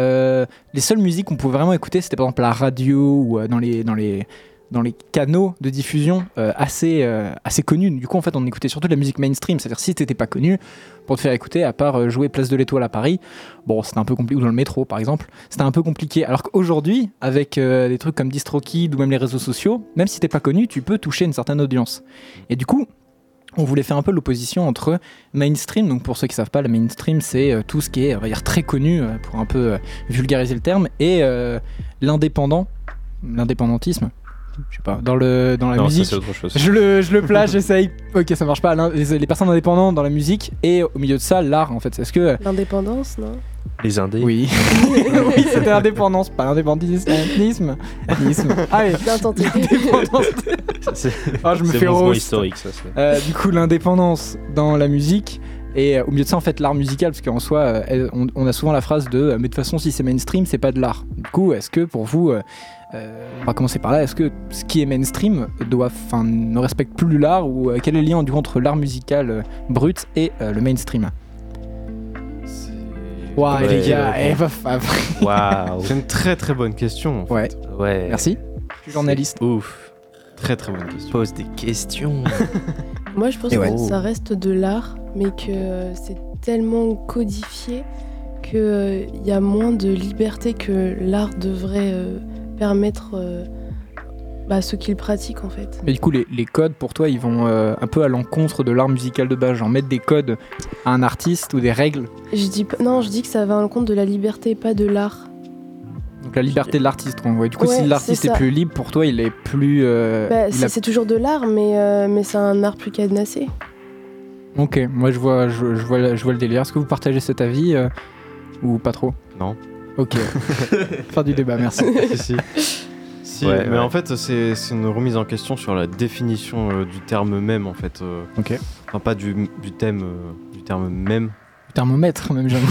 Speaker 1: Euh, les seules musiques qu'on pouvait vraiment écouter, c'était par exemple la radio ou euh, dans les dans les dans les canaux de diffusion euh, assez euh, assez connus. Du coup, en fait, on écoutait surtout de la musique mainstream. C'est-à-dire si t'étais pas connu, pour te faire écouter, à part euh, jouer Place de l'Étoile à Paris, bon, c'était un peu compliqué ou dans le métro par exemple, c'était un peu compliqué. Alors qu'aujourd'hui, avec euh, des trucs comme DistroKid ou même les réseaux sociaux, même si t'es pas connu, tu peux toucher une certaine audience. Et du coup, on voulait faire un peu l'opposition entre mainstream, donc pour ceux qui savent pas, la mainstream c'est euh, tout ce qui est, on va dire, très connu, euh, pour un peu euh, vulgariser le terme, et euh, l'indépendant, l'indépendantisme, je sais pas, dans, le, dans la
Speaker 3: non, ça
Speaker 1: musique.
Speaker 3: c'est autre chose.
Speaker 1: Je le, je le place, j'essaye. Ok, ça marche pas. l'in- Les, les personnes indépendantes dans la musique et au milieu de ça, l'art en fait. Est-ce que. euh,
Speaker 6: L'indépendance, non
Speaker 3: Les indés.
Speaker 1: Oui. oui, c'était l'indépendance, pas l'indépendantisme. Ah Ethnisme. Ethnisme. Allez.
Speaker 6: Bien tenté.
Speaker 1: Indépendance.
Speaker 3: Ça, c'est
Speaker 1: Ah, je me
Speaker 3: c'est
Speaker 1: fais
Speaker 3: mouvement
Speaker 1: roast.
Speaker 3: historique, ça. c'est-
Speaker 1: Euh, du coup, l'indépendance dans la musique. Et euh, au milieu de ça, en fait, l'art musical, parce qu'en soi, euh, elle- on, on a souvent la phrase de euh, Mais de toute façon, si c'est mainstream, c'est pas de l'art. Du coup, est-ce que pour vous, euh, euh, on va commencer par là, est-ce que ce qui est mainstream doit, 'fin, ne respecte plus l'art Ou euh, quel est le lien du coup, entre l'art musical euh, brut et euh, le mainstream Waouh,
Speaker 3: Ouais.
Speaker 1: les gars, eh, va- va-
Speaker 3: Waouh.
Speaker 2: C'est une très très bonne question.
Speaker 1: Ouais,
Speaker 3: Ouais.
Speaker 1: merci. Je suis journaliste.
Speaker 2: Ouf. Très très bonne question.
Speaker 3: Pose des questions.
Speaker 6: Moi, je pense
Speaker 1: Et ouais.
Speaker 6: que ça reste de l'art, mais que euh, c'est tellement codifié qu'il y a moins de liberté que l'art devrait euh, permettre euh, bah, ceux qui le pratiquent, en fait.
Speaker 1: Mais du coup, les, les codes, pour toi, ils vont euh, un peu à l'encontre de l'art musical de base. Genre mettre des codes à un artiste ou des règles.
Speaker 6: Je dis pas- non, je dis que ça va à l'encontre de la liberté, pas de l'art.
Speaker 1: Donc la liberté de l'artiste. quoi. Ouais, du coup,
Speaker 6: Ouais,
Speaker 1: si l'artiste
Speaker 6: c'est
Speaker 1: est
Speaker 6: ça.
Speaker 1: plus libre, pour toi, il est plus. euh,
Speaker 6: Bah,
Speaker 1: il
Speaker 6: c'est
Speaker 1: a-
Speaker 6: c'est toujours de l'art, mais, euh, mais c'est un art plus cadenassé.
Speaker 1: Ok, moi je vois, je, je vois, je vois le délire. Est-ce que vous partagez cet avis euh, ou pas trop
Speaker 2: Non.
Speaker 1: Ok. Fin du débat, merci.
Speaker 2: si, si. Si,
Speaker 3: Ouais,
Speaker 2: mais
Speaker 3: ouais.
Speaker 2: en fait, c'est c'est une remise en question sur la définition euh, du terme même, en fait. euh,
Speaker 1: Ok.
Speaker 2: Enfin, pas du, du thème, euh, du terme même,
Speaker 1: Thermomètre, même j'aime.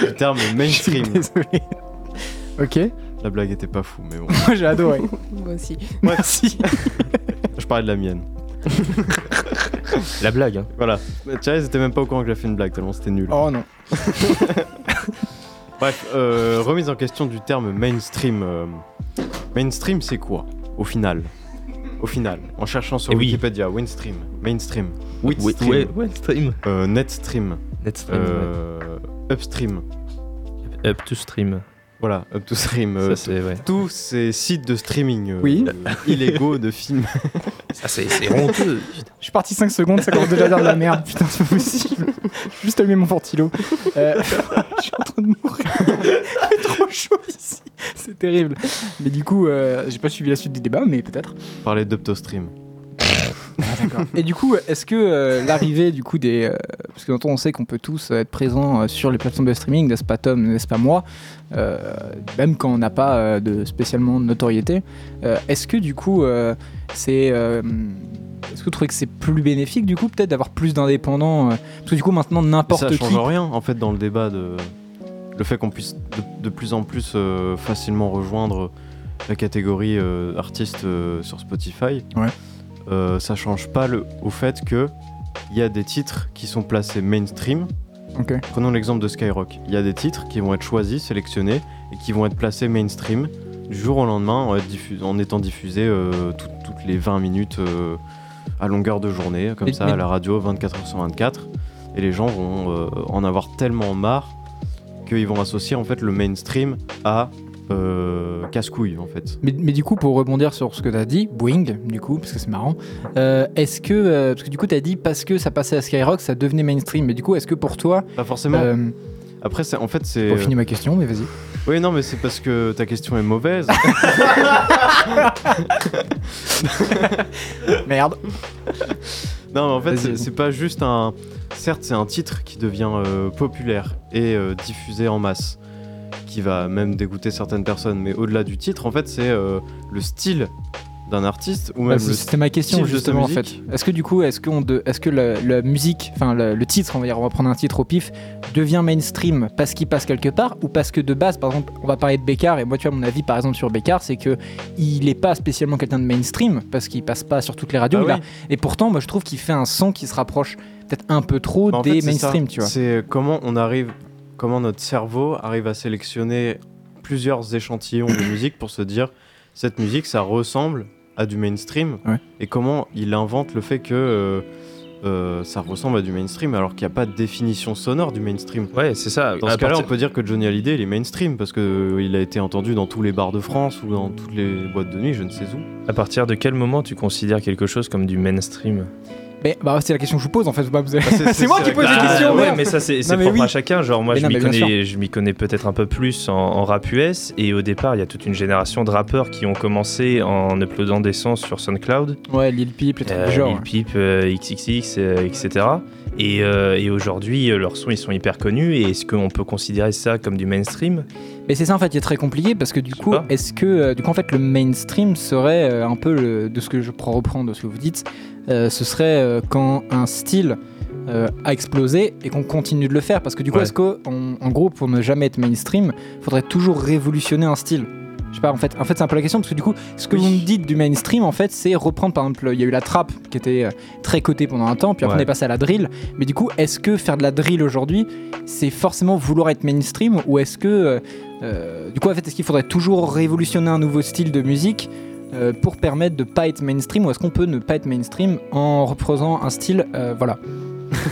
Speaker 2: du terme mainstream.
Speaker 1: Désolé. Ok,
Speaker 2: La blague était pas fou, mais bon.
Speaker 1: moi j'ai adoré.
Speaker 6: Moi aussi.
Speaker 1: Merci.
Speaker 2: Je parlais de la mienne.
Speaker 3: La blague, hein.
Speaker 2: Voilà. Mais Thérèse était même pas au courant que j'ai fait une blague, tellement c'était nul.
Speaker 1: Oh non.
Speaker 2: Bref, euh, remise en question du terme mainstream. euh, mainstream, c'est quoi Au final Au final, en cherchant sur
Speaker 3: Eh oui.
Speaker 2: Wikipédia, Winstream, Mainstream,
Speaker 3: Ouais,
Speaker 2: Witstream,
Speaker 3: ouais, ouais, stream.
Speaker 2: euh, Netstream,
Speaker 3: Let's stream.
Speaker 2: euh, Upstream,
Speaker 3: Up to stream.
Speaker 2: voilà, Up to Stream, euh,
Speaker 3: Ça, c'est ouais.
Speaker 2: tous ces sites de streaming euh,
Speaker 1: Oui.
Speaker 2: euh, illégaux de films.
Speaker 3: Ça, c'est c'est honteux.
Speaker 1: Je suis parti 5 secondes, ça commence déjà à dire de la merde. Putain, c'est pas possible. Juste allumer mon ventilo. Euh, je suis en train de mourir. Il fait trop chaud ici. C'est terrible. Mais du coup, euh, j'ai pas suivi la suite du débat, mais peut-être.
Speaker 2: Parler d'Uptostream.
Speaker 1: Et du coup, est-ce que euh, l'arrivée du coup des. euh, parce que longtemps on sait qu'on peut tous être présents euh, sur les plateformes de streaming, n'est-ce pas Tom, n'est-ce pas moi euh, Même quand on n'a pas euh, de spécialement de notoriété. euh, est-ce que du coup, euh, c'est. euh, est-ce que vous trouvez que c'est plus bénéfique du coup, peut-être d'avoir plus d'indépendants euh, Parce que du coup, maintenant,
Speaker 2: Mais Ça
Speaker 1: n'importe qui.
Speaker 2: change rien en fait dans le débat de le fait qu'on puisse de, de plus en plus euh, facilement rejoindre la catégorie euh, artiste euh, sur Spotify.
Speaker 1: Ouais.
Speaker 2: Euh, ça change pas le, au fait que il y a des titres qui sont placés mainstream.
Speaker 1: Ok.
Speaker 2: Prenons l'exemple de Skyrock. Il y a des titres qui vont être choisis, sélectionnés et qui vont être placés mainstream du jour au lendemain en, être diffu- en étant diffusés euh, tout- toutes les 20 minutes euh, à longueur de journée, comme
Speaker 1: Mais-
Speaker 2: ça
Speaker 1: mais-
Speaker 2: à la radio 24 h sur 24. Et les gens vont euh, en avoir tellement marre qu'ils vont associer en fait le mainstream à euh, casse-couille en fait.
Speaker 1: Mais, mais du coup, pour rebondir sur ce que tu as dit, Boeing, du coup, parce que c'est marrant, euh, est-ce que. euh, parce que du coup, tu as dit parce que ça passait à Skyrock, ça devenait mainstream. Mais du coup, est-ce que pour toi.
Speaker 2: Pas forcément.
Speaker 1: euh,
Speaker 2: Après, c'est- en fait, c'est.
Speaker 1: Pour finir ma question, mais vas-y.
Speaker 2: Oui, non, mais c'est parce que ta question est mauvaise.
Speaker 1: Merde.
Speaker 2: Non, mais en fait,
Speaker 1: Vas-y,
Speaker 2: c'est-
Speaker 1: vas-y.
Speaker 2: c'est pas juste un. Certes, c'est un titre qui devient euh, populaire et euh, diffusé en masse, qui va même dégoûter certaines personnes. Mais au-delà du titre, en fait, c'est euh, le style d'un artiste ou même le
Speaker 1: Bah, C'était ma question
Speaker 2: style de sa
Speaker 1: justement en fait.
Speaker 2: musique.
Speaker 1: Est-ce que du coup, est-ce qu'on de, est-ce que la, la musique, enfin le, le titre, on va dire, on va prendre un titre au pif, devient mainstream parce qu'il passe quelque part ou parce que de base, par exemple, on va parler de Bécard et moi, tu vois, mon avis par exemple sur Bécard, c'est que il est pas spécialement quelqu'un de mainstream parce qu'il passe pas sur toutes les radios.
Speaker 2: Ah
Speaker 1: il a-
Speaker 2: oui.
Speaker 1: Et pourtant, moi, je trouve qu'il fait un son qui se rapproche peut-être un peu trop
Speaker 2: Bah, en
Speaker 1: des
Speaker 2: fait, c'est ça.
Speaker 1: mainstream, tu vois.
Speaker 2: C'est comment on arrive comment notre cerveau arrive à sélectionner plusieurs échantillons de musique pour se dire cette musique ça ressemble à du mainstream
Speaker 1: Ouais.
Speaker 2: et comment il invente le fait que euh, euh, ça ressemble à du mainstream alors qu'il n'y a pas de définition sonore du mainstream.
Speaker 3: Ouais, c'est ça.
Speaker 2: Dans
Speaker 3: Ah À
Speaker 2: ce cas-là, on
Speaker 3: partir-
Speaker 2: peut dire que Johnny Hallyday il est mainstream parce que euh, il a été entendu dans tous les bars de France ou dans toutes les boîtes de nuit, je ne sais où.
Speaker 3: à partir de quel moment tu considères quelque chose comme du mainstream
Speaker 1: Mais bah, c'est la question que je vous pose en fait. faut pas que vous-
Speaker 3: Bah,
Speaker 2: c'est-
Speaker 1: c'est moi qui
Speaker 2: c'est la-
Speaker 1: pose les
Speaker 2: Ah,
Speaker 1: questions.
Speaker 3: ouais,
Speaker 1: merde.
Speaker 3: mais ça c'est c'est
Speaker 1: mais
Speaker 3: propre à
Speaker 1: oui.
Speaker 3: chacun. Genre moi
Speaker 1: Mais
Speaker 3: je
Speaker 1: non,
Speaker 3: m'y
Speaker 1: mais bien
Speaker 3: connais, je m'y connais peut-être un peu plus en, en rap US et au départ il y a toute une génération de rappeurs qui ont commencé en uploadant des sons sur SoundCloud,
Speaker 1: Ouais, Lil Peep, les trucs
Speaker 3: euh,
Speaker 1: du genre.
Speaker 3: Lil Peep, euh, XXX, euh, etc. Et, euh, et aujourd'hui euh, leurs sons ils sont hyper connus et est-ce qu'on peut considérer ça comme du mainstream
Speaker 1: Mais c'est ça en fait qui est très compliqué parce que du coup,
Speaker 3: pas.
Speaker 1: est-ce que euh, du coup en fait le mainstream serait euh, un peu le- de ce que je prends reprendre de ce que vous dites, euh, ce serait euh, quand un style euh, a explosé et qu'on continue de le faire parce que du coup
Speaker 3: Ouais.
Speaker 1: est-ce que en- en gros pour ne jamais être mainstream, faudrait toujours révolutionner un style je sais pas, en fait, en fait c'est un peu la question parce que du coup, ce que
Speaker 3: Oui.
Speaker 1: vous me dites du mainstream, en fait, c'est reprendre par exemple, il y a eu la trappe qui était euh, très cotée pendant un temps, puis après
Speaker 3: Ouais.
Speaker 1: on est passé à la drill. Mais du coup, est-ce que faire de la drill aujourd'hui, c'est forcément vouloir être mainstream ou est-ce que euh, euh, du coup, en fait, est-ce qu'il faudrait toujours révolutionner un nouveau style de musique euh, pour permettre de pas être mainstream ou est-ce qu'on peut ne pas être mainstream en reposant un style euh, voilà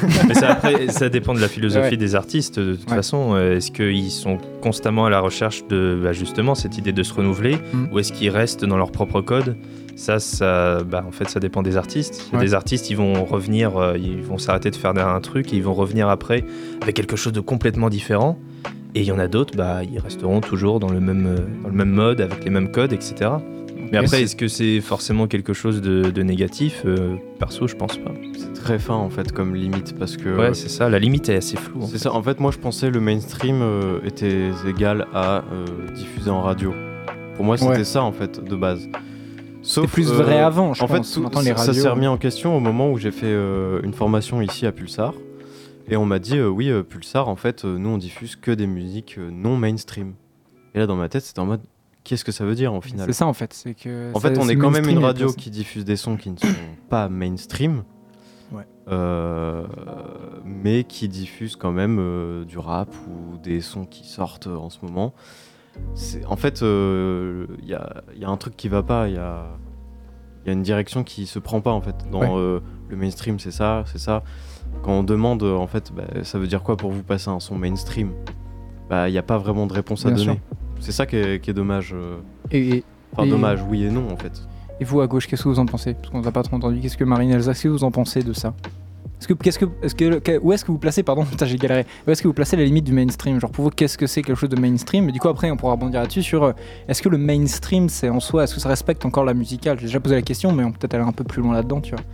Speaker 3: Mais ça, après, ça dépend de la philosophie
Speaker 1: Ouais.
Speaker 3: des artistes. De toute
Speaker 1: Ouais.
Speaker 3: façon, Euh, est-ce qu'ils sont constamment à la recherche de bah, justement cette idée de se renouveler
Speaker 1: Mm.
Speaker 3: ou est-ce qu'ils restent dans leur propre code ça, ça bah, en fait, ça dépend des artistes. Il y a
Speaker 1: Ouais.
Speaker 3: Des artistes, ils vont revenir, euh, ils vont s'arrêter de faire un truc et ils vont revenir après avec quelque chose de complètement différent. Et il y en a d'autres, bah, ils resteront toujours dans le même, euh, dans le même mode, avec les mêmes codes, etc. Mais
Speaker 1: Ok.
Speaker 3: après, est-ce que c'est forcément quelque chose de, de négatif Euh, Perso, je pense pas.
Speaker 2: C'est très fin en fait comme limite parce que euh,
Speaker 3: Ouais, c'est ça. La limite est assez floue. hein. en
Speaker 2: C'est ça, en fait, moi je pensais le mainstream euh, était égal à euh, diffuser en radio. Pour moi, c'était
Speaker 1: Ouais.
Speaker 2: ça en fait de base.
Speaker 1: c'est
Speaker 2: Sauf
Speaker 1: plus
Speaker 2: euh,
Speaker 1: vrai avant je
Speaker 2: en
Speaker 1: pense
Speaker 2: fait, tout-
Speaker 1: Maintenant, les
Speaker 2: ça- ça
Speaker 1: radios-
Speaker 2: s'est remis en question au moment où j'ai fait euh, une formation ici à Pulsar. Et on m'a dit, euh, oui, euh, Pulsar, en fait, euh, nous on diffuse que des musiques euh, non mainstream. Et là, dans ma tête, c'était en mode, qu'est-ce que ça veut dire en final
Speaker 1: c'est ça en fait c'est que
Speaker 2: en
Speaker 1: ça-
Speaker 2: fait, on
Speaker 1: c'est
Speaker 2: est quand même
Speaker 1: mainstream,
Speaker 2: une
Speaker 1: mais
Speaker 2: radio
Speaker 1: pas-
Speaker 2: qui diffuse des sons qui ne sont pas mainstream,
Speaker 1: Ouais.
Speaker 2: Euh, mais qui diffuse quand même euh, du rap ou des sons qui sortent euh, en ce moment. C'est- En fait, il y, a, y a un truc qui va pas, il y a, y a une direction qui se prend pas en fait. Dans
Speaker 1: Ouais.
Speaker 2: euh, le mainstream, c'est ça, c'est ça. Quand on demande, euh, en fait, bah, ça veut dire quoi pour vous passer un son mainstream Bah, il n'y a pas vraiment de réponse à
Speaker 1: Bien
Speaker 2: donner. C'est ça qui est, qui est dommage. euh.
Speaker 1: Et- et-
Speaker 2: Enfin,
Speaker 1: Et-
Speaker 2: dommage, oui et non en fait.
Speaker 1: Et vous à gauche, qu'est-ce que vous en pensez Parce qu'on n'a pas trop entendu. Qu'est-ce que Marine Elsa, qu'est-ce que vous en pensez de ça est-ce que, qu'est-ce que, est-ce que, que- où est-ce que vous placez, pardon, putain, j'ai galéré, où est-ce que vous placez la limite du mainstream Genre pour vous, qu'est-ce que c'est quelque chose de mainstream Et du coup, après, on pourra rebondir là-dessus sur euh, est-ce que le mainstream, c'est en soi, est-ce que ça respecte encore la musicale J'ai déjà posé la question, mais on peut peut-être aller un peu plus loin là-dedans, tu vois.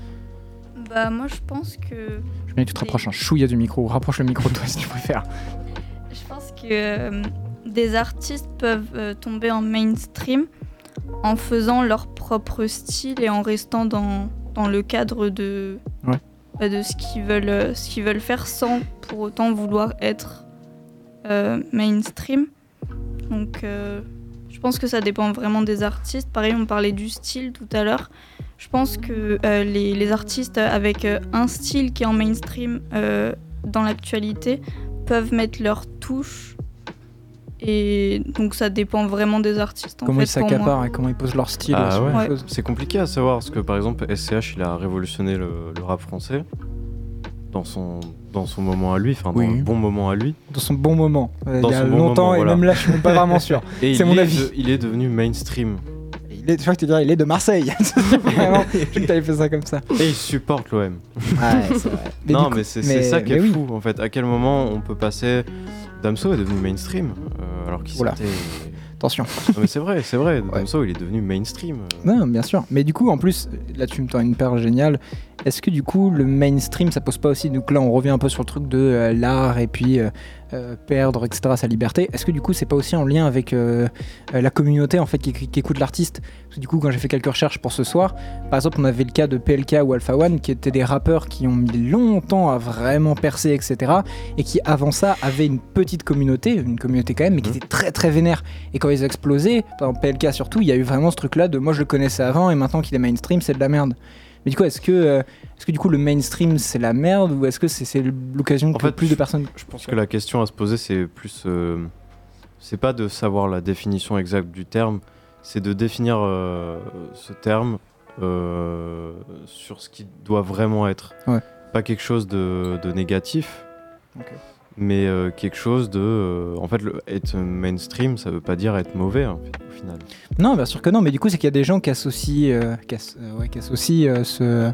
Speaker 5: Bah moi je pense que
Speaker 1: Je veux bien que tu te rapproches un chouïa du micro, ou rapproche le micro de toi si tu préfères.
Speaker 5: je pense que euh, des artistes peuvent euh, tomber en mainstream en faisant leur propre style et en restant dans, dans le cadre de
Speaker 1: Ouais.
Speaker 5: bah, de ce qu'ils veulent euh, ce qu'ils veulent faire sans pour autant vouloir être euh, mainstream. Donc euh, je pense que ça dépend vraiment des artistes. Pareil, on parlait du style tout à l'heure. Je pense que euh, les, les artistes avec euh, un style qui est en mainstream euh, dans l'actualité peuvent mettre leur touche. Et donc ça dépend vraiment des artistes. En
Speaker 1: comment
Speaker 5: fait,
Speaker 1: ils
Speaker 5: pour moi.
Speaker 1: s'accaparent et comment ils posent leur style.
Speaker 2: Ah
Speaker 1: et ce genre de
Speaker 5: ouais.
Speaker 1: choses.
Speaker 2: C'est compliqué à savoir parce que par exemple SCH il a révolutionné le, le rap français dans son, dans son moment à lui, enfin dans
Speaker 1: Oui.
Speaker 2: le bon moment à lui.
Speaker 1: Dans son bon moment, Euh,
Speaker 2: Dans
Speaker 1: il y a
Speaker 2: son bon
Speaker 1: longtemps,
Speaker 2: moment,
Speaker 1: et
Speaker 2: voilà.
Speaker 1: même là, je suis même pas vraiment sûr.
Speaker 2: Et
Speaker 1: C'est
Speaker 2: il
Speaker 1: mon
Speaker 2: est
Speaker 1: avis.
Speaker 2: de- il est devenu mainstream.
Speaker 1: Il est, je crois que tu dirais, il est de Marseille. Vraiment, je crois que t'avais fait ça comme ça.
Speaker 2: Et il supporte l'OM.
Speaker 1: Mais
Speaker 2: non
Speaker 1: du coup-
Speaker 2: mais c'est c'est
Speaker 1: mais-
Speaker 2: ça qui
Speaker 1: mais
Speaker 2: est
Speaker 1: oui.
Speaker 2: fou en fait. À quel moment on peut passer... Damso est devenu mainstream euh, alors qu'il
Speaker 1: Oula.
Speaker 2: sortait...
Speaker 1: Attention.
Speaker 2: non mais c'est vrai, c'est vrai. Damso il est devenu mainstream. euh.
Speaker 1: Non, bien sûr. Mais du coup, en plus, là, tu me tends une perle géniale. Est-ce que du coup, le mainstream, ça pose pas aussi. Donc là, on revient un peu sur le truc de euh, l'art et puis euh, euh, perdre, etc., sa liberté. Est-ce que du coup, c'est pas aussi en lien avec euh, euh, la communauté en fait qui, qui écoute l'artiste Parce que du coup, quand j'ai fait quelques recherches pour ce soir, par exemple, on avait le cas de PLK ou Alpha One qui étaient des rappeurs qui ont mis longtemps à vraiment percer, etc. Et qui avant ça avaient une petite communauté, une communauté quand même, mais qui
Speaker 2: Mhm.
Speaker 1: était très très vénère. Et quand ils ont explosé, dans PLK surtout, il y a eu vraiment ce truc-là de moi je le connaissais avant et maintenant qu'il est mainstream, c'est de la merde. Mais du coup, est-ce que, euh, est-ce que du coup le mainstream c'est la merde ou est-ce que c'est, c'est l'occasion
Speaker 2: En
Speaker 1: que
Speaker 2: fait,
Speaker 1: plus de personnes.
Speaker 2: Je pense que la question à se poser, c'est plus. euh, c'est pas de savoir la définition exacte du terme, c'est de définir euh, ce terme euh, sur ce qui doit vraiment être.
Speaker 1: Ouais.
Speaker 2: Pas quelque chose de, de négatif,
Speaker 1: Ok.
Speaker 2: mais euh, quelque chose de. euh, en fait, le- être mainstream, ça veut pas dire être mauvais, en fait, au final.
Speaker 1: Non, bien sûr que non, mais du coup, c'est qu'il y a des gens qui associent, euh, qui as- euh, ouais, qui associent euh, ce,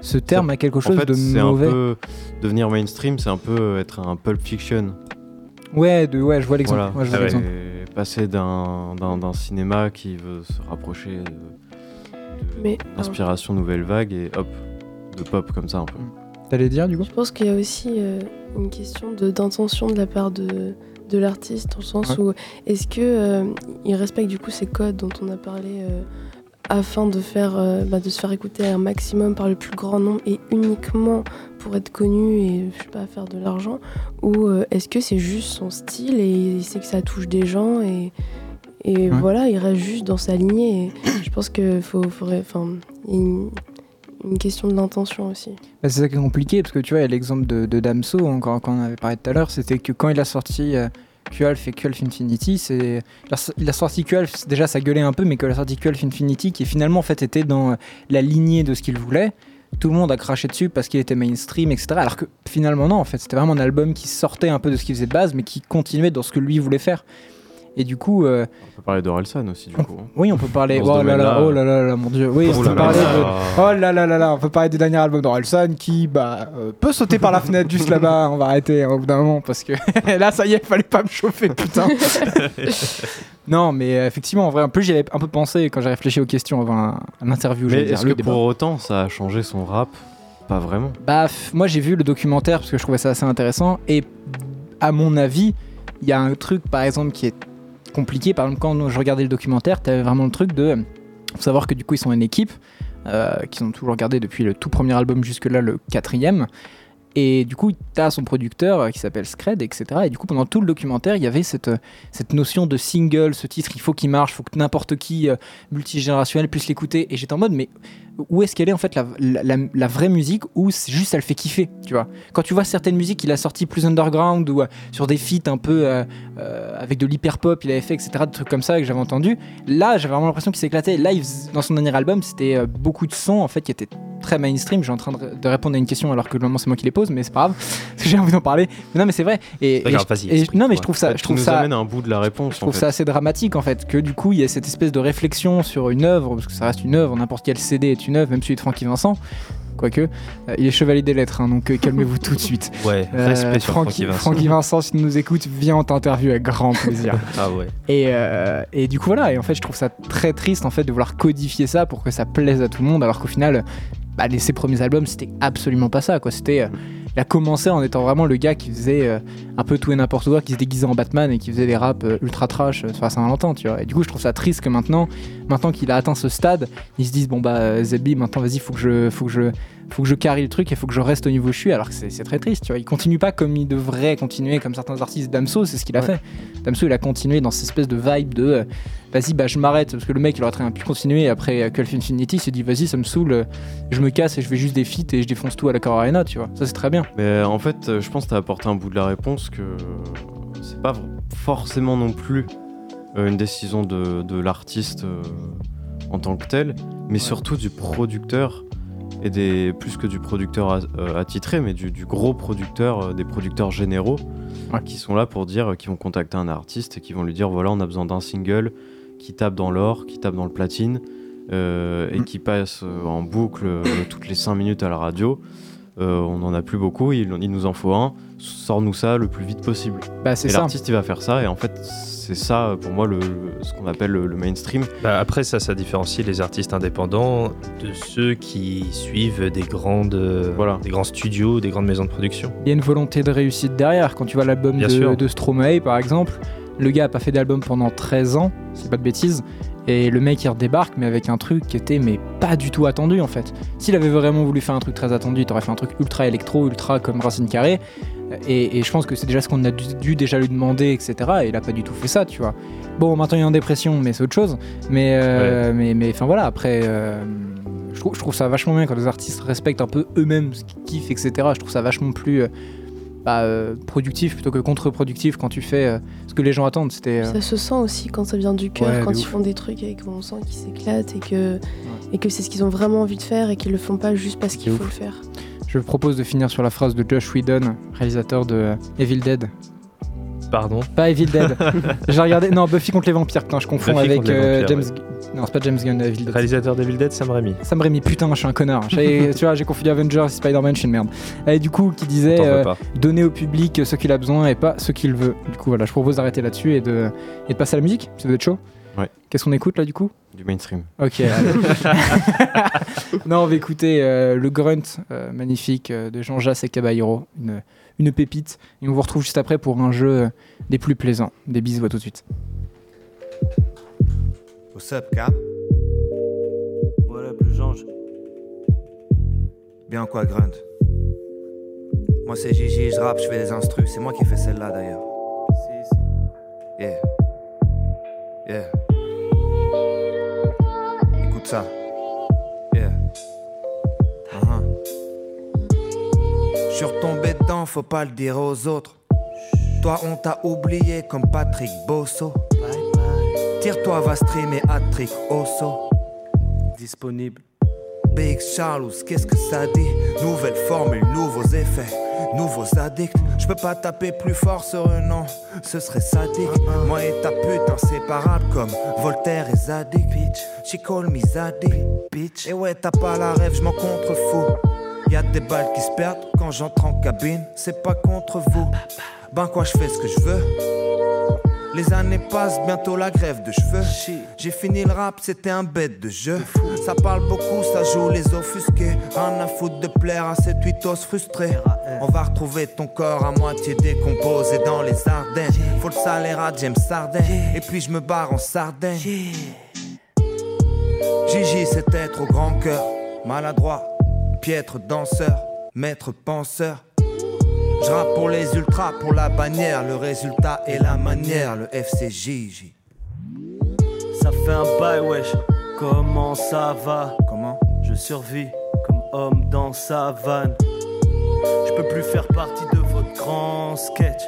Speaker 1: ce terme à quelque
Speaker 2: en
Speaker 1: chose
Speaker 2: fait,
Speaker 1: de
Speaker 2: c'est un
Speaker 1: mauvais.
Speaker 2: peu. Devenir mainstream, c'est un peu être un pulp fiction.
Speaker 1: Ouais, de, ouais, je vois l'exemple.
Speaker 2: Voilà.
Speaker 1: Ouais, je vois
Speaker 3: Ah ouais.
Speaker 1: l'exemple.
Speaker 2: Et passer d'un, d'un, d'un cinéma qui veut se rapprocher de, de
Speaker 6: Mais-
Speaker 2: l'inspiration nouvelle vague et hop, de pop comme ça un peu.
Speaker 1: T'allais dire du coup
Speaker 6: Je pense qu'il y a aussi euh, une question de- d'intention de, la part de, de l'artiste, dans le sens où est-ce que euh, il respecte du coup ces codes dont on a parlé euh, afin de, faire, euh, bah, de se faire écouter un maximum par le plus grand nombre et uniquement pour être connu et je sais pas faire de l'argent ou euh, est-ce que c'est juste son style et il sait que ça touche des gens et,
Speaker 1: Ouais.
Speaker 6: et voilà il reste juste dans sa lignée et je pense que faut, faudrait- enfin il y a une, une question de l'intention aussi
Speaker 1: Bah, c'est ça qui est compliqué, parce que tu vois, il y a l'exemple de, de Damso, encore quand on avait parlé tout à l'heure, c'était que quand il a sorti euh, QAlf et QAlf Infinity, c'est... il a- il a sorti QAlf, déjà ça gueulait un peu, mais quand il a sorti QAlf Infinity, qui finalement en fait était dans euh, la lignée de ce qu'il voulait, tout le monde a craché dessus parce qu'il était mainstream, etc. Alors que finalement non, en fait, c'était vraiment un album qui sortait un peu de ce qu'il faisait de base, mais qui continuait dans ce que lui voulait faire. Et du coup, euh,
Speaker 2: On peut parler d'Orelsan aussi du coup. hein.
Speaker 1: oui, on peut parler.
Speaker 2: Dans ce
Speaker 1: Oh là là,
Speaker 2: domaine-là,
Speaker 1: oh là là là, mon dieu. Oui,
Speaker 2: Oh
Speaker 1: on
Speaker 2: là
Speaker 1: peut
Speaker 2: là
Speaker 1: parler
Speaker 2: là
Speaker 1: de.
Speaker 2: là.
Speaker 1: Oh là là là là, on peut parler du dernier album d'Orelsan qui bah, euh, peut sauter par la fenêtre juste là-bas. On va arrêter hein, au bout d'un moment parce que là, ça y est, fallait pas me chauffer, putain. non, mais euh, effectivement, en vrai, en plus, j'y avais un peu pensé quand j'ai réfléchi aux questions avant un- un interview.
Speaker 2: Mais
Speaker 1: j'allais dire,
Speaker 2: est-ce
Speaker 1: le
Speaker 2: que
Speaker 1: débat.
Speaker 2: pour autant ça a changé son rap Pas vraiment.
Speaker 1: Bah, f- moi j'ai vu le documentaire parce que je trouvais ça assez intéressant et à mon avis, il y a un truc par exemple qui est compliqué. Par exemple, quand je regardais le documentaire, t'avais vraiment le truc de faut savoir que du coup ils sont une équipe euh, qu'ils ont toujours gardé depuis le tout premier album jusque-là, le quatrième. Et du coup, t'as son producteur euh, qui s'appelle Scred, etc. Et du coup, pendant tout le documentaire, il y avait cette, euh, cette notion de single, ce titre, il faut qu'il marche, faut que n'importe qui euh, multigénérationnel puisse l'écouter. Et j'étais en mode, mais où est-ce qu'elle est en fait la, la- la- la vraie musique où c'est juste ça le fait kiffer, tu vois. Quand tu vois certaines musiques qu'il a sorties plus underground ou euh, sur des feats un peu euh, euh, avec de l'hyper pop, il avait fait etc. des trucs comme ça que j'avais entendu. Là, j'avais vraiment l'impression qu'il s'éclatait. Là, il faisait- dans son dernier album, c'était euh, beaucoup de sons en fait qui étaient très mainstream. Je suis en train de, de répondre à une question alors que normalement c'est moi qui les pose, mais c'est pas grave parce que j'ai envie d'en parler. Mais non, mais c'est vrai. Et,
Speaker 3: C'est pas
Speaker 1: et
Speaker 3: grave,
Speaker 1: je-
Speaker 3: vas-y,
Speaker 1: et je-
Speaker 3: explique,
Speaker 1: non, mais je
Speaker 3: ouais.
Speaker 1: trouve ça,
Speaker 2: Tu
Speaker 1: je trouve
Speaker 2: nous
Speaker 1: ça
Speaker 2: amène à un bout de la réponse.
Speaker 1: je trouve
Speaker 2: en fait.
Speaker 1: ça assez dramatique en fait, que du coup il y a cette espèce de réflexion sur une œuvre, parce que ça reste une œuvre, n'importe quel CD est une œuvre, même celui de Francky Vincent, quoique, euh, il est chevalier des lettres, hein, donc euh, calmez-vous tout de suite.
Speaker 3: Ouais,
Speaker 1: Euh,
Speaker 3: respect sur Francky
Speaker 1: Francky,
Speaker 3: Vincent.
Speaker 1: Francky Vincent, si tu nous écoutes, viens, on t'interview avec grand plaisir.
Speaker 3: Ah ouais.
Speaker 1: Et, euh, et du coup voilà, et en fait je trouve ça très triste en fait de vouloir codifier ça pour que ça plaise à tout le monde, alors qu'au final, bah, les, ses premiers albums c'était absolument pas ça quoi, c'était... euh, il a commencé en étant vraiment le gars qui faisait euh, un peu tout et n'importe quoi, qui se déguisait en Batman et qui faisait des raps euh, ultra trash euh, sur la Saint-Valentin, tu vois. Et du coup, je trouve ça triste que maintenant, maintenant qu'il a atteint ce stade, ils se disent bon bah euh, Zebi, maintenant vas-y, faut que je, faut que je, faut que je carry le truc et faut que je reste au niveau où je suis. Alors que c'est c'est très triste, tu vois. Il continue pas comme il devrait continuer, comme certains artistes. Damso, c'est ce qu'il a fait. Damso, il a continué dans cette espèce de vibe de euh, vas-y, bah je m'arrête parce que le mec il aurait très bien pu continuer après euh, Culf Infinity, il s'est dit vas-y, ça me saoule, euh, je me casse et je fais juste des feats et je défonce tout à la Core Arena, tu vois. Ça c'est très bien.
Speaker 2: Mais en fait, euh, je pense que tu as apporté un bout de la réponse que euh, c'est pas v- forcément non plus euh, une décision de, de l'artiste euh, en tant que tel, mais surtout du producteur et des plus que du producteur a- euh, attitré, mais du, du gros producteur, euh, des producteurs généraux
Speaker 1: Ouais.
Speaker 2: qui sont là pour dire, euh, qui vont contacter un artiste et qui vont lui dire voilà, on a besoin d'un single qui tape dans l'or, qui tape dans le platine euh, et qui passe euh, en boucle euh, toutes les 5 minutes à la radio. Euh, on en a plus beaucoup, il, il nous en faut un, sors-nous ça le plus vite possible.
Speaker 1: Bah c'est
Speaker 2: Et
Speaker 1: ça.
Speaker 2: l'artiste il va faire ça, et en fait c'est ça pour moi le, le- ce qu'on appelle le, le mainstream.
Speaker 3: Bah, après, ça, ça différencie les artistes indépendants de ceux qui suivent des, grandes, euh,
Speaker 2: Voilà.
Speaker 3: des grands studios, des grandes maisons de production.
Speaker 1: Il y a une volonté de réussite derrière. Quand tu vois l'album
Speaker 3: Bien
Speaker 1: de,
Speaker 3: sûr.
Speaker 1: de Stromae, par exemple, le gars a pas fait d'album pendant 13 ans, c'est pas de bêtises, et le mec il redébarque, mais avec un truc qui était mais pas du tout attendu en fait. S'il avait vraiment voulu faire un truc très attendu, t'aurais fait un truc ultra électro, ultra comme Racine Carré, et, et je pense que c'est déjà ce qu'on a dû, dû déjà lui demander, etc. Et il a pas du tout fait ça, tu vois. Bon, maintenant il est en dépression, mais c'est autre chose. Mais, euh, mais, mais enfin voilà, après. euh, je je trouve, je trouve ça vachement bien quand les artistes respectent un peu eux-mêmes ce qu'ils kiffent, etc. Je trouve ça vachement plus euh, bah, euh, productif plutôt que contre-productif quand tu fais euh, ce que les gens attendent. C'était. euh,
Speaker 6: Ça se sent aussi quand ça vient du cœur,
Speaker 1: Ouais,
Speaker 6: quand
Speaker 1: de
Speaker 6: ils
Speaker 1: ouf.
Speaker 6: font des trucs avec on sent qu'ils s'éclatent et que, et que c'est ce qu'ils ont vraiment envie de faire et qu'ils le font pas juste parce qu'il
Speaker 1: De
Speaker 6: faut le faire.
Speaker 1: Je vous propose de finir sur la phrase de Josh Whedon, réalisateur de euh, Evil Dead.
Speaker 3: Pardon.
Speaker 1: Pas Evil Dead. J'ai regardé. Non, Buffy contre les vampires. Putain, je confonds
Speaker 3: Buffy
Speaker 1: avec
Speaker 3: contre les
Speaker 1: euh, James.
Speaker 3: vampires,
Speaker 1: Non, c'est pas James Gunn, Evil Dead.
Speaker 3: Réalisateur d'Evil Dead, Sam Raimi.
Speaker 1: Sam Raimi, putain, je suis un connard. J'avais- tu vois, j'ai confondu Avengers et Spider-Man, je suis une merde. Et du coup, qui disait
Speaker 3: T'en veux
Speaker 1: euh,
Speaker 3: pas.
Speaker 1: donner au public ce qu'il a besoin et pas ce qu'il veut. Du coup, voilà, je propose d'arrêter là-dessus et de, et de passer à la musique. Ça doit être chaud.
Speaker 2: Ouais.
Speaker 1: Qu'est-ce qu'on écoute là, du coup
Speaker 2: Du mainstream.
Speaker 1: Ok. allez. non, on va écouter euh, le grunt euh, magnifique euh, de Jean-Jacques et Caballero, une, une pépite. Et on vous retrouve juste après pour un jeu euh, des plus plaisants. Des bisous à tout de suite.
Speaker 10: What's up, Cap
Speaker 11: Voilà, plus Georges.
Speaker 10: Bien quoi, Grunt Moi, c'est Gigi, je rappe, je fais des instrus. C'est moi qui ai fait celle-là, d'ailleurs. Yeah. Yeah. Écoute ça. Yeah. Uh-huh. Je suis retombé dedans, faut pas le dire aux autres. Toi, on t'a oublié comme Patrick Bosso. Tire-toi, va streamer Patrick Osso. Disponible. Big Charles, qu'est-ce que ça dit Nouvelle formule, nouveaux effets, nouveaux addicts. Je peux pas taper plus fort sur un nom, ce serait sadique. Moi et ta pute inséparable comme Voltaire et Zadig. Bitch, she call me Zadig. Bitch, et ouais, t'as pas la rêve, je m'en contrefous. Y'a des balles qui se perdent quand j'entre en cabine, c'est pas contre vous. Ben quoi, je fais ce que je veux. Les années passent, bientôt la grève de cheveux. J'ai fini le rap, c'était un bête de jeu. Ça parle beaucoup, ça joue les offusqués. Rien à foutre de plaire à ces tweetos frustrés. On va retrouver ton corps à moitié décomposé dans les Ardennes. Faut le salaire à James Sardin. Et puis je me barre en Sardaigne. Gigi, c'est être au grand cœur. Maladroit, piètre danseur, maître penseur. Je rappe pour les ultras, pour la bannière, le résultat et la manière, le FCJJ.
Speaker 11: Ça fait un bail, wesh. Comment ça va
Speaker 10: Comment
Speaker 11: Je survis comme homme dans sa vanne. Je peux plus faire partie de votre grand sketch.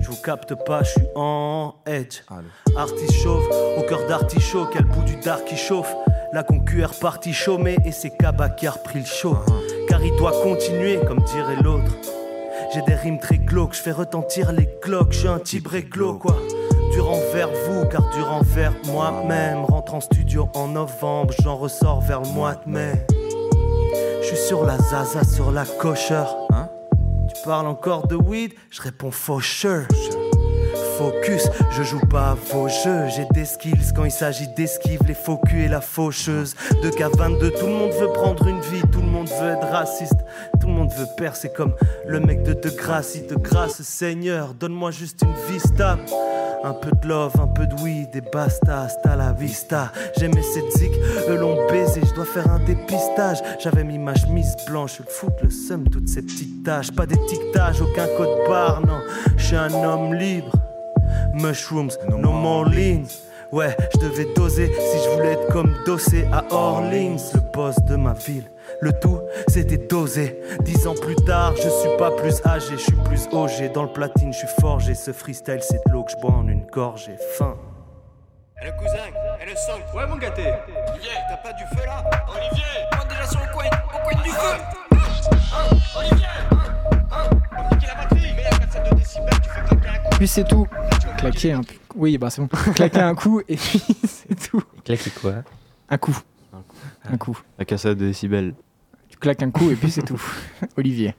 Speaker 11: Je vous capte pas, je suis en edge.
Speaker 10: Allô.
Speaker 11: Artichauffe, au cœur d'artichaut, quel bout du dard qui chauffe. La concu est repartie chômée et c'est Kaba qui a repris le show. Car il doit continuer, comme dirait l'autre. J'ai des rimes très glauques, je fais retentir les cloques, je suis un type réglo quoi. Dur envers vous, car dur envers moi-même. Rentre en studio en novembre, j'en ressors vers le mois de mai. Je suis sur la zaza, sur la cocheur.
Speaker 10: Hein
Speaker 11: Tu parles encore de weed Je réponds faucheur. Focus, je joue pas à vos jeux. J'ai des skills quand il s'agit d'esquive, les faux culs et la faucheuse. De K22, tout le monde veut prendre une vie, tout le monde veut être raciste. Tout le monde veut percer comme le mec de De Grâce. Il te grâce, Seigneur, donne-moi juste une vie stable. Un peu de love, un peu de weed et basta, hasta la vista. J'aimais cette zik, eux l'ont baisé, je dois faire un dépistage. J'avais mis ma chemise blanche, le foot, le seum, toutes ces petites tâches. Pas d'étiquetage, aucun code barre, non. Je suis un homme libre. Mushrooms, no,
Speaker 10: No
Speaker 11: more
Speaker 10: more
Speaker 11: lean. Ouais, je devais doser si je voulais être comme dossé à Orleans, le boss de ma ville. Le tout, c'était dosé. Dix ans plus tard, je suis pas plus âgé, je suis plus OG. Dans le platine, je suis forgé. Ce freestyle, c'est de l'eau que je bois en une gorge et faim.
Speaker 9: Et le cousin, et le sol. Ouais, mon gâté. Olivier, t'as pas du feu là Olivier On déjà sur le coin, au coin du feu Hein, Olivier Hein, hein On me dit qu'il a batterie Mais à 4,2 décibels, tu fais claquer un coup
Speaker 1: Puis c'est tout. Claquer un. Oui, bah c'est bon. Claquer un coup et puis c'est tout.
Speaker 3: Claquer quoi
Speaker 1: Un coup.
Speaker 2: Un
Speaker 1: Un coup.
Speaker 2: La cassade de décibels.
Speaker 1: Tu claques un coup et puis c'est tout. Olivier.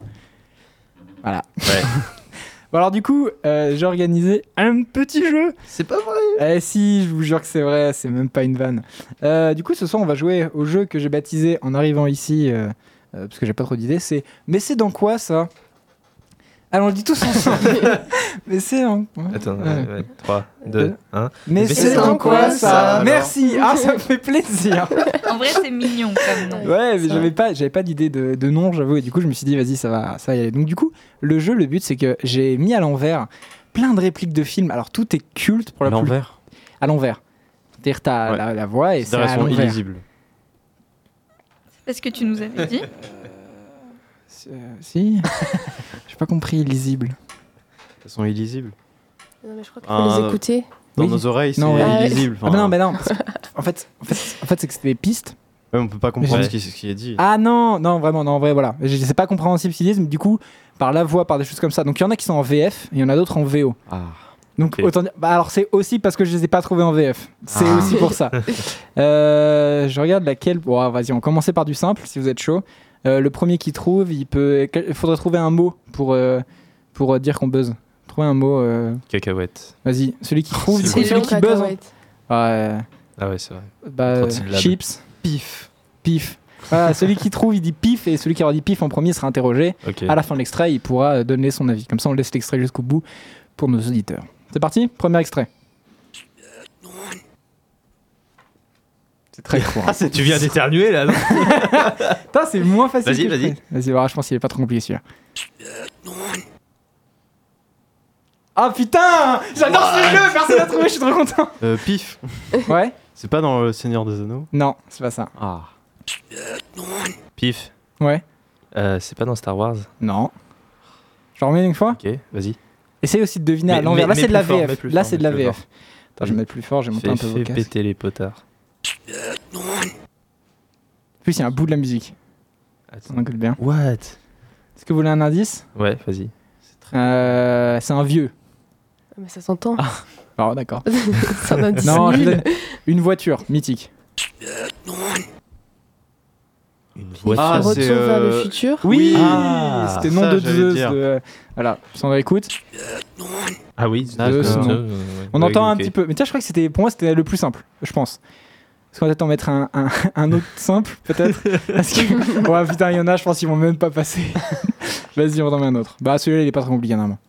Speaker 1: Voilà.
Speaker 3: Ouais.
Speaker 1: bon alors du coup, euh, j'ai organisé un petit jeu.
Speaker 3: C'est pas vrai.
Speaker 1: Eh si, je vous jure que c'est vrai, c'est même pas une vanne. Euh, du coup, ce soir, on va jouer au jeu que j'ai baptisé en arrivant ici, euh, euh, parce que j'ai pas trop d'idées, c'est « Mais c'est dans quoi, ça ?» Allons, on le dit tous ensemble. Mais c'est dans...
Speaker 3: Attends,
Speaker 1: Ouais.
Speaker 3: 3, 2,
Speaker 1: Deux.
Speaker 3: 1.
Speaker 1: Mais, c'est dans quoi, ça Merci Ah, ça me fait plaisir
Speaker 5: En vrai, c'est mignon comme nom.
Speaker 1: Ouais, mais j'avais pas, j'avais pas d'idée de, de nom, j'avoue. Et du coup, je me suis dit, vas-y, ça va, ça va y aller. Donc, du coup, le jeu, le but, c'est que j'ai mis à l'envers plein de répliques de films. Alors, tout est culte pour la plupart.
Speaker 2: L'envers.
Speaker 1: À l'envers. C'est-à-dire, t'as
Speaker 2: Ouais.
Speaker 1: la, la voix et c'est à
Speaker 2: Considération
Speaker 1: l'envers.
Speaker 2: illisible.
Speaker 5: Parce que tu nous avais dit. Euh,
Speaker 1: si J'ai pas compris, illisible.
Speaker 2: Elles sont illisibles.
Speaker 6: Non, mais je crois qu'il faut
Speaker 2: Ah,
Speaker 6: les écouter.
Speaker 2: Dans
Speaker 1: Oui.
Speaker 2: nos oreilles, c'est
Speaker 1: Non, ouais.
Speaker 6: Ah ouais.
Speaker 2: illisible.
Speaker 1: Ah, bah
Speaker 2: enfin,
Speaker 1: non, mais non. parce que- en fait, en fait, en fait c'est que c'était des pistes.
Speaker 2: ouais, on peut pas comprendre
Speaker 1: Ouais.
Speaker 2: ce qui, ce qui est dit.
Speaker 1: Ah non, non, vraiment, non, en vrai, voilà. Je- C'est pas compréhensible ce qu'ils disent, mais du coup, par la voix, par des choses comme ça. Donc il y en a qui sont en VF, et il y en a d'autres en VO.
Speaker 2: Ah.
Speaker 1: Donc
Speaker 3: Ok.
Speaker 1: autant dire- bah, alors c'est aussi parce que je les ai pas trouvés en VF. C'est
Speaker 2: Ah.
Speaker 1: aussi pour ça. Euh, je regarde laquelle. Bon, ah, vas-y, on commence par du simple si vous êtes chaud. Euh, le premier qui trouve, il peut. Il faudrait trouver un mot pour euh, pour euh, dire qu'on buzz. Trouver un mot. euh,
Speaker 3: Cacahuète.
Speaker 1: Vas-y, celui qui trouve,
Speaker 3: c'est
Speaker 1: du coup,
Speaker 3: long.
Speaker 1: celui qui buzz. hein. Ouais.
Speaker 3: Ah ouais, c'est vrai.
Speaker 1: Bah, euh,
Speaker 3: Trop de syllabes.
Speaker 1: chips,
Speaker 2: Pif.
Speaker 1: pif. Voilà, celui qui trouve, il dit pif et celui qui aura dit pif en premier sera interrogé.
Speaker 3: Ok.
Speaker 1: À la fin de l'extrait, il pourra euh, donner son avis. Comme ça, on laisse l'extrait jusqu'au bout pour nos auditeurs. C'est parti, premier extrait. C'est très court. hein.
Speaker 3: Ah, Tu viens d'éternuer là, non
Speaker 1: Putain, c'est moins facile. que
Speaker 3: Vas-y,
Speaker 1: je
Speaker 3: vas-y.
Speaker 1: croyais. Vas-y, voilà, je pense qu'il est pas trop compliqué celui-là. Ah putain J'adore ce jeu Personne n'a trouvé, je suis trop content
Speaker 2: Euh, pif.
Speaker 1: Ouais
Speaker 2: C'est pas dans Le Seigneur des Anneaux
Speaker 1: Non, c'est pas ça.
Speaker 2: Ah.
Speaker 3: Pif.
Speaker 1: Ouais
Speaker 3: Euh, c'est pas dans Star Wars.
Speaker 1: Non. Je le remets une fois
Speaker 3: Ok, vas-y.
Speaker 1: Essaye aussi de deviner à
Speaker 3: Mais-
Speaker 1: l'envers. Là,
Speaker 3: mais-
Speaker 1: c'est
Speaker 3: mais
Speaker 1: de la
Speaker 3: plus fort, mais
Speaker 1: VF.
Speaker 3: plus
Speaker 1: Là,
Speaker 3: fort,
Speaker 1: c'est de la
Speaker 3: mais plus
Speaker 1: VF. Attends, je vais mettre plus fort, j'ai monté
Speaker 3: Fais,
Speaker 1: un peu vos
Speaker 3: fais
Speaker 1: casques.
Speaker 3: péter les potards.
Speaker 1: En plus, il y a un bout de la musique. Ça
Speaker 3: Attends.
Speaker 1: m'engueule bien.
Speaker 3: What
Speaker 1: Est-ce que vous voulez un indice
Speaker 3: Ouais, vas-y.
Speaker 1: Euh, C'est un vieux.
Speaker 6: Ah, Mais ça s'entend.
Speaker 1: Alors, d'accord.
Speaker 6: c'est un indice
Speaker 1: Non, je vous
Speaker 6: nul.
Speaker 1: donne une voiture mythique.
Speaker 3: Une
Speaker 2: Ah,
Speaker 6: Retour
Speaker 2: c'est,
Speaker 6: vers le
Speaker 2: euh,
Speaker 6: futur.
Speaker 1: Oui,
Speaker 2: Ah,
Speaker 1: C'était nom
Speaker 2: ça,
Speaker 1: de
Speaker 2: j'allais
Speaker 1: Zeus.
Speaker 2: dire.
Speaker 1: de- Voilà, on écoute.
Speaker 3: Ah oui,
Speaker 2: D'accord.
Speaker 3: c'est-
Speaker 1: Non.
Speaker 3: euh,
Speaker 1: On
Speaker 3: ouais,
Speaker 1: entend un
Speaker 3: ok.
Speaker 1: petit peu. Mais tiens, je crois que c'était pour moi c'était le plus simple, je pense. Est-ce qu'on va peut-être en mettre un, un- un autre simple, peut-être Parce que. Ouais, putain, il y en a, je pense qu'ils vont même pas passer. Vas-y, on va en met un autre. Bah, celui-là, il est pas très compliqué, normalement.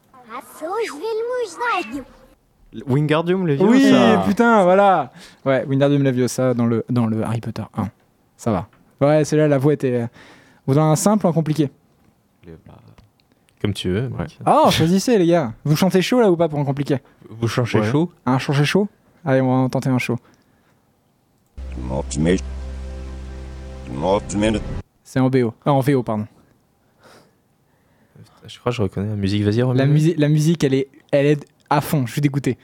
Speaker 2: Wingardium, les
Speaker 1: Oui,
Speaker 2: ça.
Speaker 1: putain, voilà. Ouais, Wingardium Leviosa dans le, dans le Harry Potter 1. Ça va. Ouais, celui-là, la voix était. euh, Vous dans un simple ou un compliqué
Speaker 3: Comme tu veux. mec.
Speaker 1: Ah, choisissez, les gars. Vous chantez chaud, là, ou pas, pour un compliqué
Speaker 3: Vous changez
Speaker 2: Ouais.
Speaker 3: chaud
Speaker 1: Un changez chaud Allez, on va en tenter un chaud. C'est en BO. Ah, en VO, pardon.
Speaker 3: Euh, Je crois que je reconnais la musique. Vas-y, remets.
Speaker 1: La, musi- la musique, elle est, elle est à fond. Je suis dégoûté.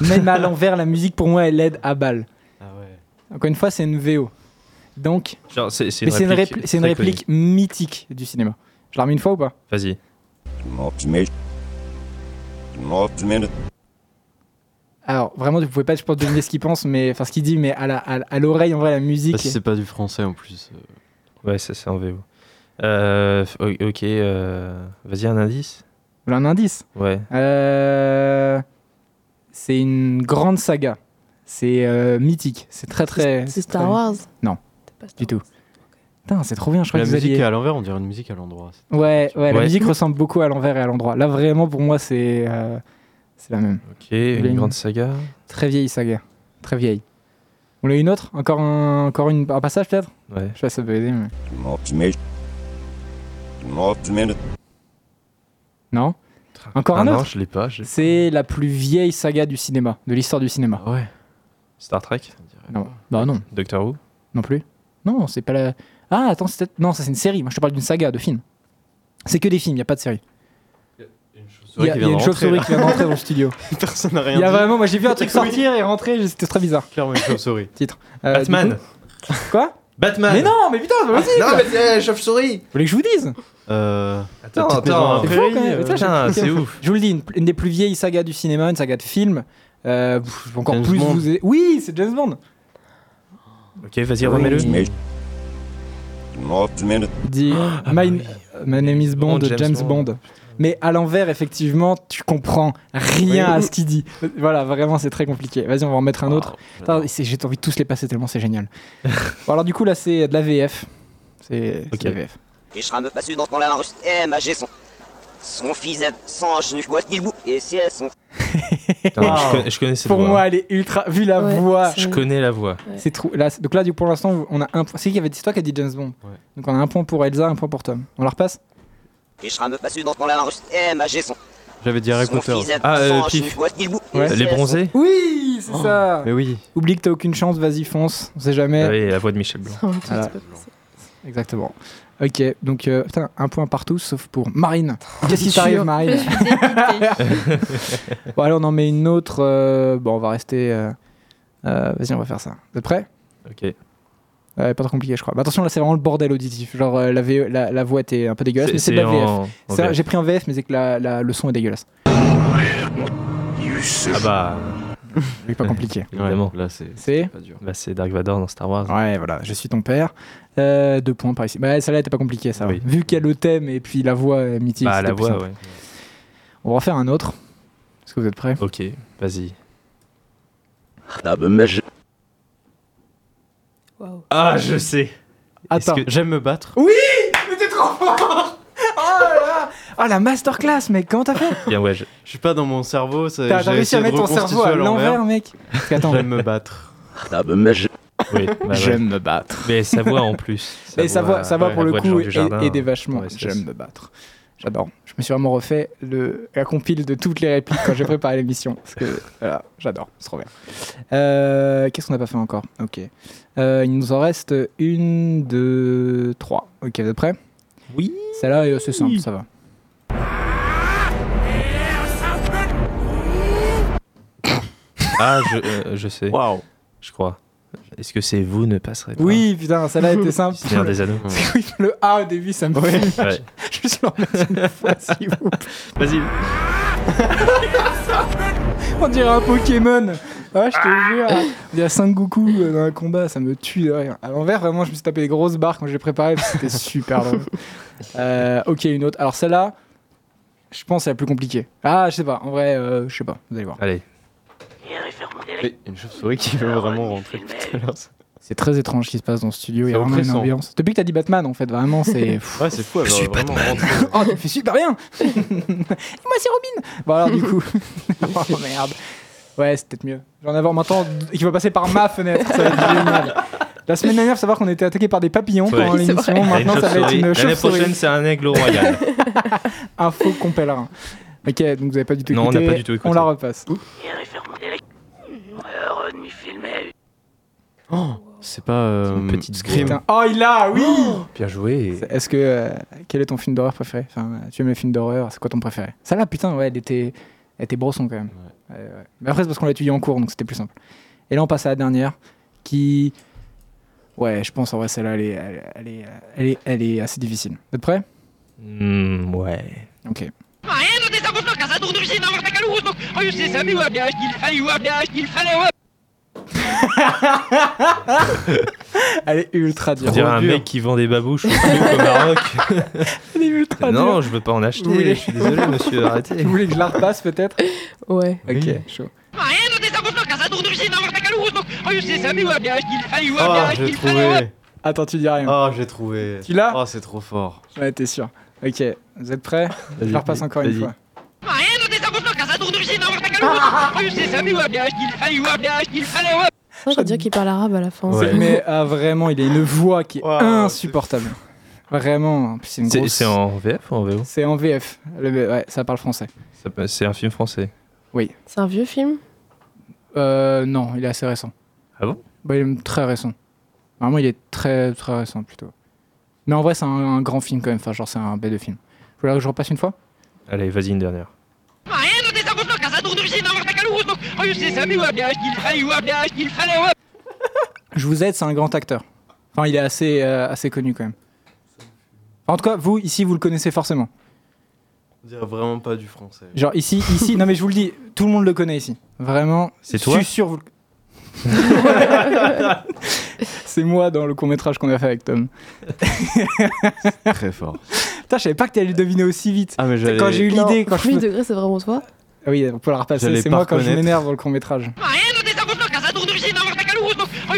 Speaker 1: Même à l'envers, la musique, pour moi, elle aide à balle.
Speaker 2: Ah ouais.
Speaker 1: Encore une fois, c'est une VO. Donc,
Speaker 3: Genre, c'est c'est
Speaker 1: mais c'est
Speaker 3: une
Speaker 1: une,
Speaker 3: réplique.
Speaker 1: répli- c'est une
Speaker 3: très
Speaker 1: réplique mythique du cinéma. Je la remets une fois ou pas
Speaker 3: connue. Vas-y.
Speaker 1: Alors, vraiment, vous pouvez pas, je pense, deviner ce qu'il pense, mais enfin, ce qu'il dit, mais à la- à la- à l'oreille, en vrai, la musique.
Speaker 2: Bah, si c'est pas du français en plus. euh,
Speaker 3: Ouais, ça c'est en VO. Euh, f- o- ok, euh, vas-y un indice.
Speaker 1: Voilà un indice.
Speaker 3: Ouais.
Speaker 1: Euh, C'est une grande saga. C'est euh, mythique. C'est très, très.
Speaker 6: C'est Star Wars.
Speaker 1: Non.
Speaker 6: C'est pas Star
Speaker 1: Du tout.
Speaker 6: Wars.
Speaker 1: Putain, c'est trop bien. Je crois
Speaker 2: la
Speaker 1: que vous
Speaker 2: musique
Speaker 1: alliez-
Speaker 2: est à l'envers, on dirait une musique à l'endroit. c'est-
Speaker 1: Ouais, ouais, la
Speaker 3: Ouais.
Speaker 1: musique ressemble beaucoup à l'envers et à l'endroit. Là, vraiment, pour moi, c'est euh, c'est la même.
Speaker 3: Ok, une
Speaker 1: Blame.
Speaker 3: grande saga.
Speaker 1: Très vieille saga. Très vieille. On a une autre Encore un, encore une, un passage, peut-être
Speaker 3: Ouais.
Speaker 1: Je sais pas si ça peut aider, mais. Non Encore
Speaker 3: Ah
Speaker 1: un
Speaker 3: non,
Speaker 1: autre
Speaker 3: je l'ai pas. je-
Speaker 1: C'est la plus vieille saga du cinéma, de l'histoire du cinéma.
Speaker 2: Ah ouais.
Speaker 3: Star Trek,
Speaker 2: ça me dirait
Speaker 1: Non.
Speaker 2: pas.
Speaker 1: Bah non,
Speaker 3: Doctor Who.
Speaker 1: non plus. Non, c'est pas la. Ah, attends, c'est peut-être. Non, ça c'est une série. Moi, je te parle d'une saga, de films. C'est que des films, y a pas de série.
Speaker 2: C'est vrai
Speaker 1: y a, y
Speaker 2: qu'il
Speaker 1: a
Speaker 2: vient
Speaker 1: une
Speaker 2: de
Speaker 1: chauve-souris qui
Speaker 2: rentrer,
Speaker 1: vient d'entrer dans le studio.
Speaker 2: là. Personne n'a
Speaker 1: Y
Speaker 2: rien
Speaker 1: a
Speaker 2: dit.
Speaker 1: vraiment, moi j'ai vu un truc sortir et rentrer, c'était très bizarre.
Speaker 2: Clairement une chauve-souris.
Speaker 1: Euh, du
Speaker 3: Batman.
Speaker 1: coup- Quoi
Speaker 3: Batman. Ah,
Speaker 1: Mais non, mais putain, c'est pas possible.
Speaker 3: non, mais c'est euh, chauve-souris.
Speaker 1: Vous voulez que je vous dise
Speaker 2: Euh.
Speaker 3: Attends,
Speaker 2: Petite maison dans la
Speaker 3: attends.
Speaker 1: C'est fou,
Speaker 2: prairie,
Speaker 1: quand même.
Speaker 2: euh,
Speaker 1: Putain, j'ai un
Speaker 3: Putain,
Speaker 1: truc
Speaker 3: c'est
Speaker 1: à-
Speaker 3: ouf.
Speaker 1: Je vous le dis, une, une des plus vieilles sagas du cinéma, une saga de films. Euh, pff, encore
Speaker 2: James
Speaker 1: plus
Speaker 2: Bond.
Speaker 1: vous. Oui, c'est James Bond.
Speaker 3: Ok, vas-y, remets-le.
Speaker 1: Dit My, My name is Bond,
Speaker 3: Ah, bah
Speaker 1: James,
Speaker 3: Bond, James
Speaker 1: Bond.
Speaker 3: Bond.
Speaker 1: Mais à l'envers, effectivement, tu comprends rien
Speaker 2: Oui.
Speaker 1: à ce qu'il dit. Voilà, vraiment, c'est très compliqué. Vas-y, on va en mettre
Speaker 3: Ah,
Speaker 1: un autre.
Speaker 2: Waouh,
Speaker 1: Putain, c'est- J'ai envie de tous les passer tellement c'est génial. bon, alors du coup, là, c'est de la VF. C'est c'est
Speaker 3: Ok.
Speaker 1: de la VF.
Speaker 9: Et je me passe dans ce temps-là, eh, ma son. Son fils, sans genou, moi, il bout, et si elles sont.
Speaker 3: Putain,
Speaker 1: Wow.
Speaker 3: je, connais, je connais cette
Speaker 1: Pour
Speaker 3: voix.
Speaker 1: moi, elle est ultra. Vu la
Speaker 6: Ouais,
Speaker 1: voix,
Speaker 6: c'est-
Speaker 3: je connais la voix.
Speaker 1: c'est trop. Là, c'est- donc là, du pour l'instant, on a un point. C'est qui qui avait dit c'est toi qui a dit James Bond.
Speaker 2: Ouais.
Speaker 1: Donc on a un point pour Elsa, un point pour Tom. On la repasse
Speaker 9: Et je me passe dans ce temps-là, eh, ma son.
Speaker 2: J'avais dit Harry
Speaker 9: Son
Speaker 2: Potter.
Speaker 9: fils a
Speaker 2: Ah, euh,
Speaker 9: tranché
Speaker 2: Pif.
Speaker 9: boîte, il bou-
Speaker 1: Ouais.
Speaker 3: Les bronzés
Speaker 1: Oui, c'est ça.
Speaker 2: Oh. Mais oui.
Speaker 1: Oublie que t'as aucune chance, vas-y, fonce, on sait jamais.
Speaker 3: Ah Oui, la voix de Michel Blanc.
Speaker 1: Voilà. Exactement. Ok, donc euh, putain, un point partout sauf pour Marine. Qu'est-ce qui t'arrive,
Speaker 5: Je
Speaker 1: Marine
Speaker 5: suis dépitée.
Speaker 1: Bon, allez, on en met une autre. euh, bon, on va rester. euh, euh, Vas-y, on va faire ça. Vous êtes prêts
Speaker 3: Ok.
Speaker 1: Ouais, Pas trop compliqué, je crois. Mais attention, là, c'est vraiment le bordel auditif. Genre, euh, la, VE la, la voix était un peu dégueulasse, mais c'est de la VF.
Speaker 3: en- en
Speaker 1: Ça,
Speaker 3: VF.
Speaker 1: J'ai pris en VF, mais c'est que la, la- le son est dégueulasse.
Speaker 3: Ah bah,
Speaker 1: Mais pas compliqué.
Speaker 3: évidemment.
Speaker 2: Ouais, là, c'est
Speaker 1: C'est
Speaker 2: pas dur.
Speaker 3: Bah, c'est Dark Vador dans Star Wars.
Speaker 1: Ouais, voilà, je suis ton père. Euh, deux points par ici. Bah, celle-là était pas compliquée, ça. va.
Speaker 3: Oui.
Speaker 1: Vu qu'il y a le thème et puis la voix euh, mythique.
Speaker 3: bah,
Speaker 1: c'était
Speaker 3: la
Speaker 1: plus
Speaker 3: voix,
Speaker 1: simple.
Speaker 3: ouais.
Speaker 1: On va en faire un autre. Est-ce que vous êtes prêts
Speaker 3: Ok, vas-y.
Speaker 6: Waouh.
Speaker 3: Ah, je sais
Speaker 1: Attends.
Speaker 3: Est-ce que j'aime me battre
Speaker 1: Oh Ah, la masterclass, mec, comment t'as fait
Speaker 3: Bien, ouais, je-
Speaker 2: Je suis pas dans mon cerveau. ça-
Speaker 1: T'as
Speaker 2: j'ai
Speaker 1: t'as réussi à
Speaker 2: essayé de
Speaker 1: mettre ton cerveau
Speaker 2: reconstituer
Speaker 1: à l'envers, mec Parce qu'attends,
Speaker 2: J'aime me battre.
Speaker 1: Ah,
Speaker 3: oui, bah, ouais.
Speaker 1: me battre.
Speaker 3: Mais sa voix en plus. Sa
Speaker 1: Et ça va, ça va
Speaker 3: ouais,
Speaker 1: pour
Speaker 3: la
Speaker 1: le
Speaker 3: voix de
Speaker 1: coup
Speaker 3: Jean
Speaker 1: et,
Speaker 3: Dujardin.
Speaker 1: et des vachements.
Speaker 3: Ouais, c'est-
Speaker 1: J'aime me battre. J'adore. Je me suis vraiment refait le, la compile de toutes les répliques quand j'ai préparé l'émission. Parce que, voilà, j'adore. C'est trop bien. Euh, Qu'est-ce qu'on n'a pas fait encore Ok. Euh, il nous en reste une, deux, trois. Ok, vous êtes prêts
Speaker 3: Oui.
Speaker 1: Celle-là, euh, c'est simple, ça va.
Speaker 3: Ah, je, euh, je sais,
Speaker 2: Waouh.
Speaker 3: je crois. Est-ce que c'est vous ne passerez pas
Speaker 1: Oui, putain, celle-là était simple.
Speaker 3: du Seigneur des Anneaux
Speaker 1: Oui, le A au début, ça me fait.
Speaker 3: Ouais.
Speaker 1: Juste l'en mettre une fois, s'il vous plaît.
Speaker 3: Vas-y.
Speaker 1: On dirait un Pokémon. Ouais, je te jure. Il y a 5 Goku euh, dans un combat, ça me tue de rien. À l'envers, vraiment, je me suis tapé des grosses barres quand j'ai préparé, parce que c'était super drôle. Euh, ok, une autre. Alors, celle-là, je pense c'est la plus compliquée. Ah, je sais pas. En vrai, euh, je sais pas. Vous allez voir.
Speaker 3: Allez.
Speaker 2: Mais une chauve-souris qui veut vraiment rentrer tout à l'heure.
Speaker 1: C'est très étrange ce qui se passe dans ce studio. Il y a
Speaker 2: C'est
Speaker 1: vraiment une
Speaker 2: oppressant.
Speaker 1: ambiance. Depuis que t'as dit Batman, en fait, vraiment, c'est. fou.
Speaker 2: Ouais, c'est fou. Je suis vraiment rentré.
Speaker 1: oh, tu fais super bien Et Moi, c'est Robin Bon, alors, du coup. oh merde. Ouais, c'est peut-être mieux. J'en avoir maintenant qui va passer par ma fenêtre. Ça va être génial. La semaine dernière, faut savoir qu'on était attaqué par des papillons
Speaker 3: Ouais.
Speaker 1: pendant
Speaker 3: Oui,
Speaker 6: c'est
Speaker 1: l'émission.
Speaker 3: T'as
Speaker 1: Maintenant,
Speaker 3: une
Speaker 1: ça va être
Speaker 3: chauve-souris.
Speaker 1: une
Speaker 3: L'année prochaine,
Speaker 1: chauve-souris.
Speaker 3: c'est un aigle royal.
Speaker 1: Un faux con pèlerin. Ok, donc vous avez pas du tout
Speaker 3: Non, on
Speaker 1: écouté.
Speaker 3: n'a pas du tout écouté.
Speaker 1: On la repasse.
Speaker 2: C'est pas. Euh,
Speaker 3: Petite
Speaker 2: Scream.
Speaker 1: Putain. Oh, il l'a, oui
Speaker 3: Bien joué.
Speaker 1: Est-ce que. euh, quel est ton film d'horreur préféré Enfin, euh, tu aimes les films d'horreur, c'est quoi ton préféré Ça là, putain, ouais, elle était, elle était brosson quand même. Ouais, ouais. Mais après, c'est parce qu'on l'a étudié en cours, donc c'était plus simple. Et là, on passe à la dernière, qui. Ouais, je pense en vrai, celle-là, elle est, elle, elle est, elle, est, elle est assez difficile. Vous êtes prêts
Speaker 3: Hmm, ouais.
Speaker 1: Ok.
Speaker 8: oh,
Speaker 1: Elle est ultra
Speaker 3: On
Speaker 1: dure.
Speaker 3: dirait un
Speaker 2: dur.
Speaker 3: mec qui vend des babouches au au Maroc.
Speaker 1: Elle est ultra
Speaker 3: non,
Speaker 1: dure.
Speaker 3: je veux pas en acheter.
Speaker 1: Oui.
Speaker 3: Je suis désolé, monsieur, arrêtez.
Speaker 1: Vous voulez que je la repasse peut-être
Speaker 6: Ouais.
Speaker 1: Ok,
Speaker 2: Oui.
Speaker 1: chaud.
Speaker 8: oh,
Speaker 2: Ah, j'ai trouvé.
Speaker 1: Attends, tu dis rien.
Speaker 2: Ah, j'ai trouvé.
Speaker 1: Tu l'as
Speaker 2: Ah, c'est trop fort.
Speaker 1: Ouais, t'es sûr. Ok, vous êtes prêts Je la repasse encore une
Speaker 2: vas-y.
Speaker 1: fois.
Speaker 8: oh,
Speaker 6: Moi, je dire qu'il parle arabe à la fin.
Speaker 3: Ouais.
Speaker 1: Mais ah, vraiment, il a une voix qui est
Speaker 2: Wow,
Speaker 1: insupportable. Vraiment. En plus, c'est une
Speaker 3: C'est
Speaker 1: grosse-
Speaker 3: c'est en VF ou en VO
Speaker 1: C'est en VF. Le- Ouais, ça parle français.
Speaker 3: Ça peut- C'est un film français.
Speaker 6: C'est un vieux film
Speaker 1: Euh, non, il est assez récent.
Speaker 3: Ah bon
Speaker 1: Bah, il est même très récent. Vraiment, il est très, très récent plutôt. Mais en vrai, c'est un, un grand film quand même. Enfin, genre, c'est un bête de film. Vous voulez que je repasse une fois
Speaker 3: Allez, vas-y, une dernière.
Speaker 8: oh,
Speaker 1: Je vous aide, c'est un grand acteur. Enfin, il est assez, euh, assez connu quand même. Enfin, en tout cas, vous, ici, vous le connaissez forcément.
Speaker 2: On dirait vraiment pas du français.
Speaker 1: Genre, ici, ici, non mais je vous le dis, tout le monde le connaît ici. Vraiment.
Speaker 3: C'est
Speaker 1: je
Speaker 3: toi
Speaker 1: suis sûr, vous le- C'est moi dans le court-métrage qu'on a fait avec Tom.
Speaker 2: Très fort.
Speaker 1: Putain, je savais pas que t'allais le deviner aussi vite.
Speaker 2: Ah, mais j'allais.
Speaker 1: Quand j'ai eu
Speaker 6: Non,
Speaker 1: l'idée, quand je.
Speaker 6: 8
Speaker 1: me-
Speaker 6: degrés, c'est vraiment toi
Speaker 1: Ah oui, on peut la repasser,
Speaker 2: J'allais
Speaker 1: c'est
Speaker 2: pas
Speaker 1: moi quand je
Speaker 2: reconnaître.
Speaker 1: m'énerve dans le court-métrage.
Speaker 8: oh,
Speaker 1: Ce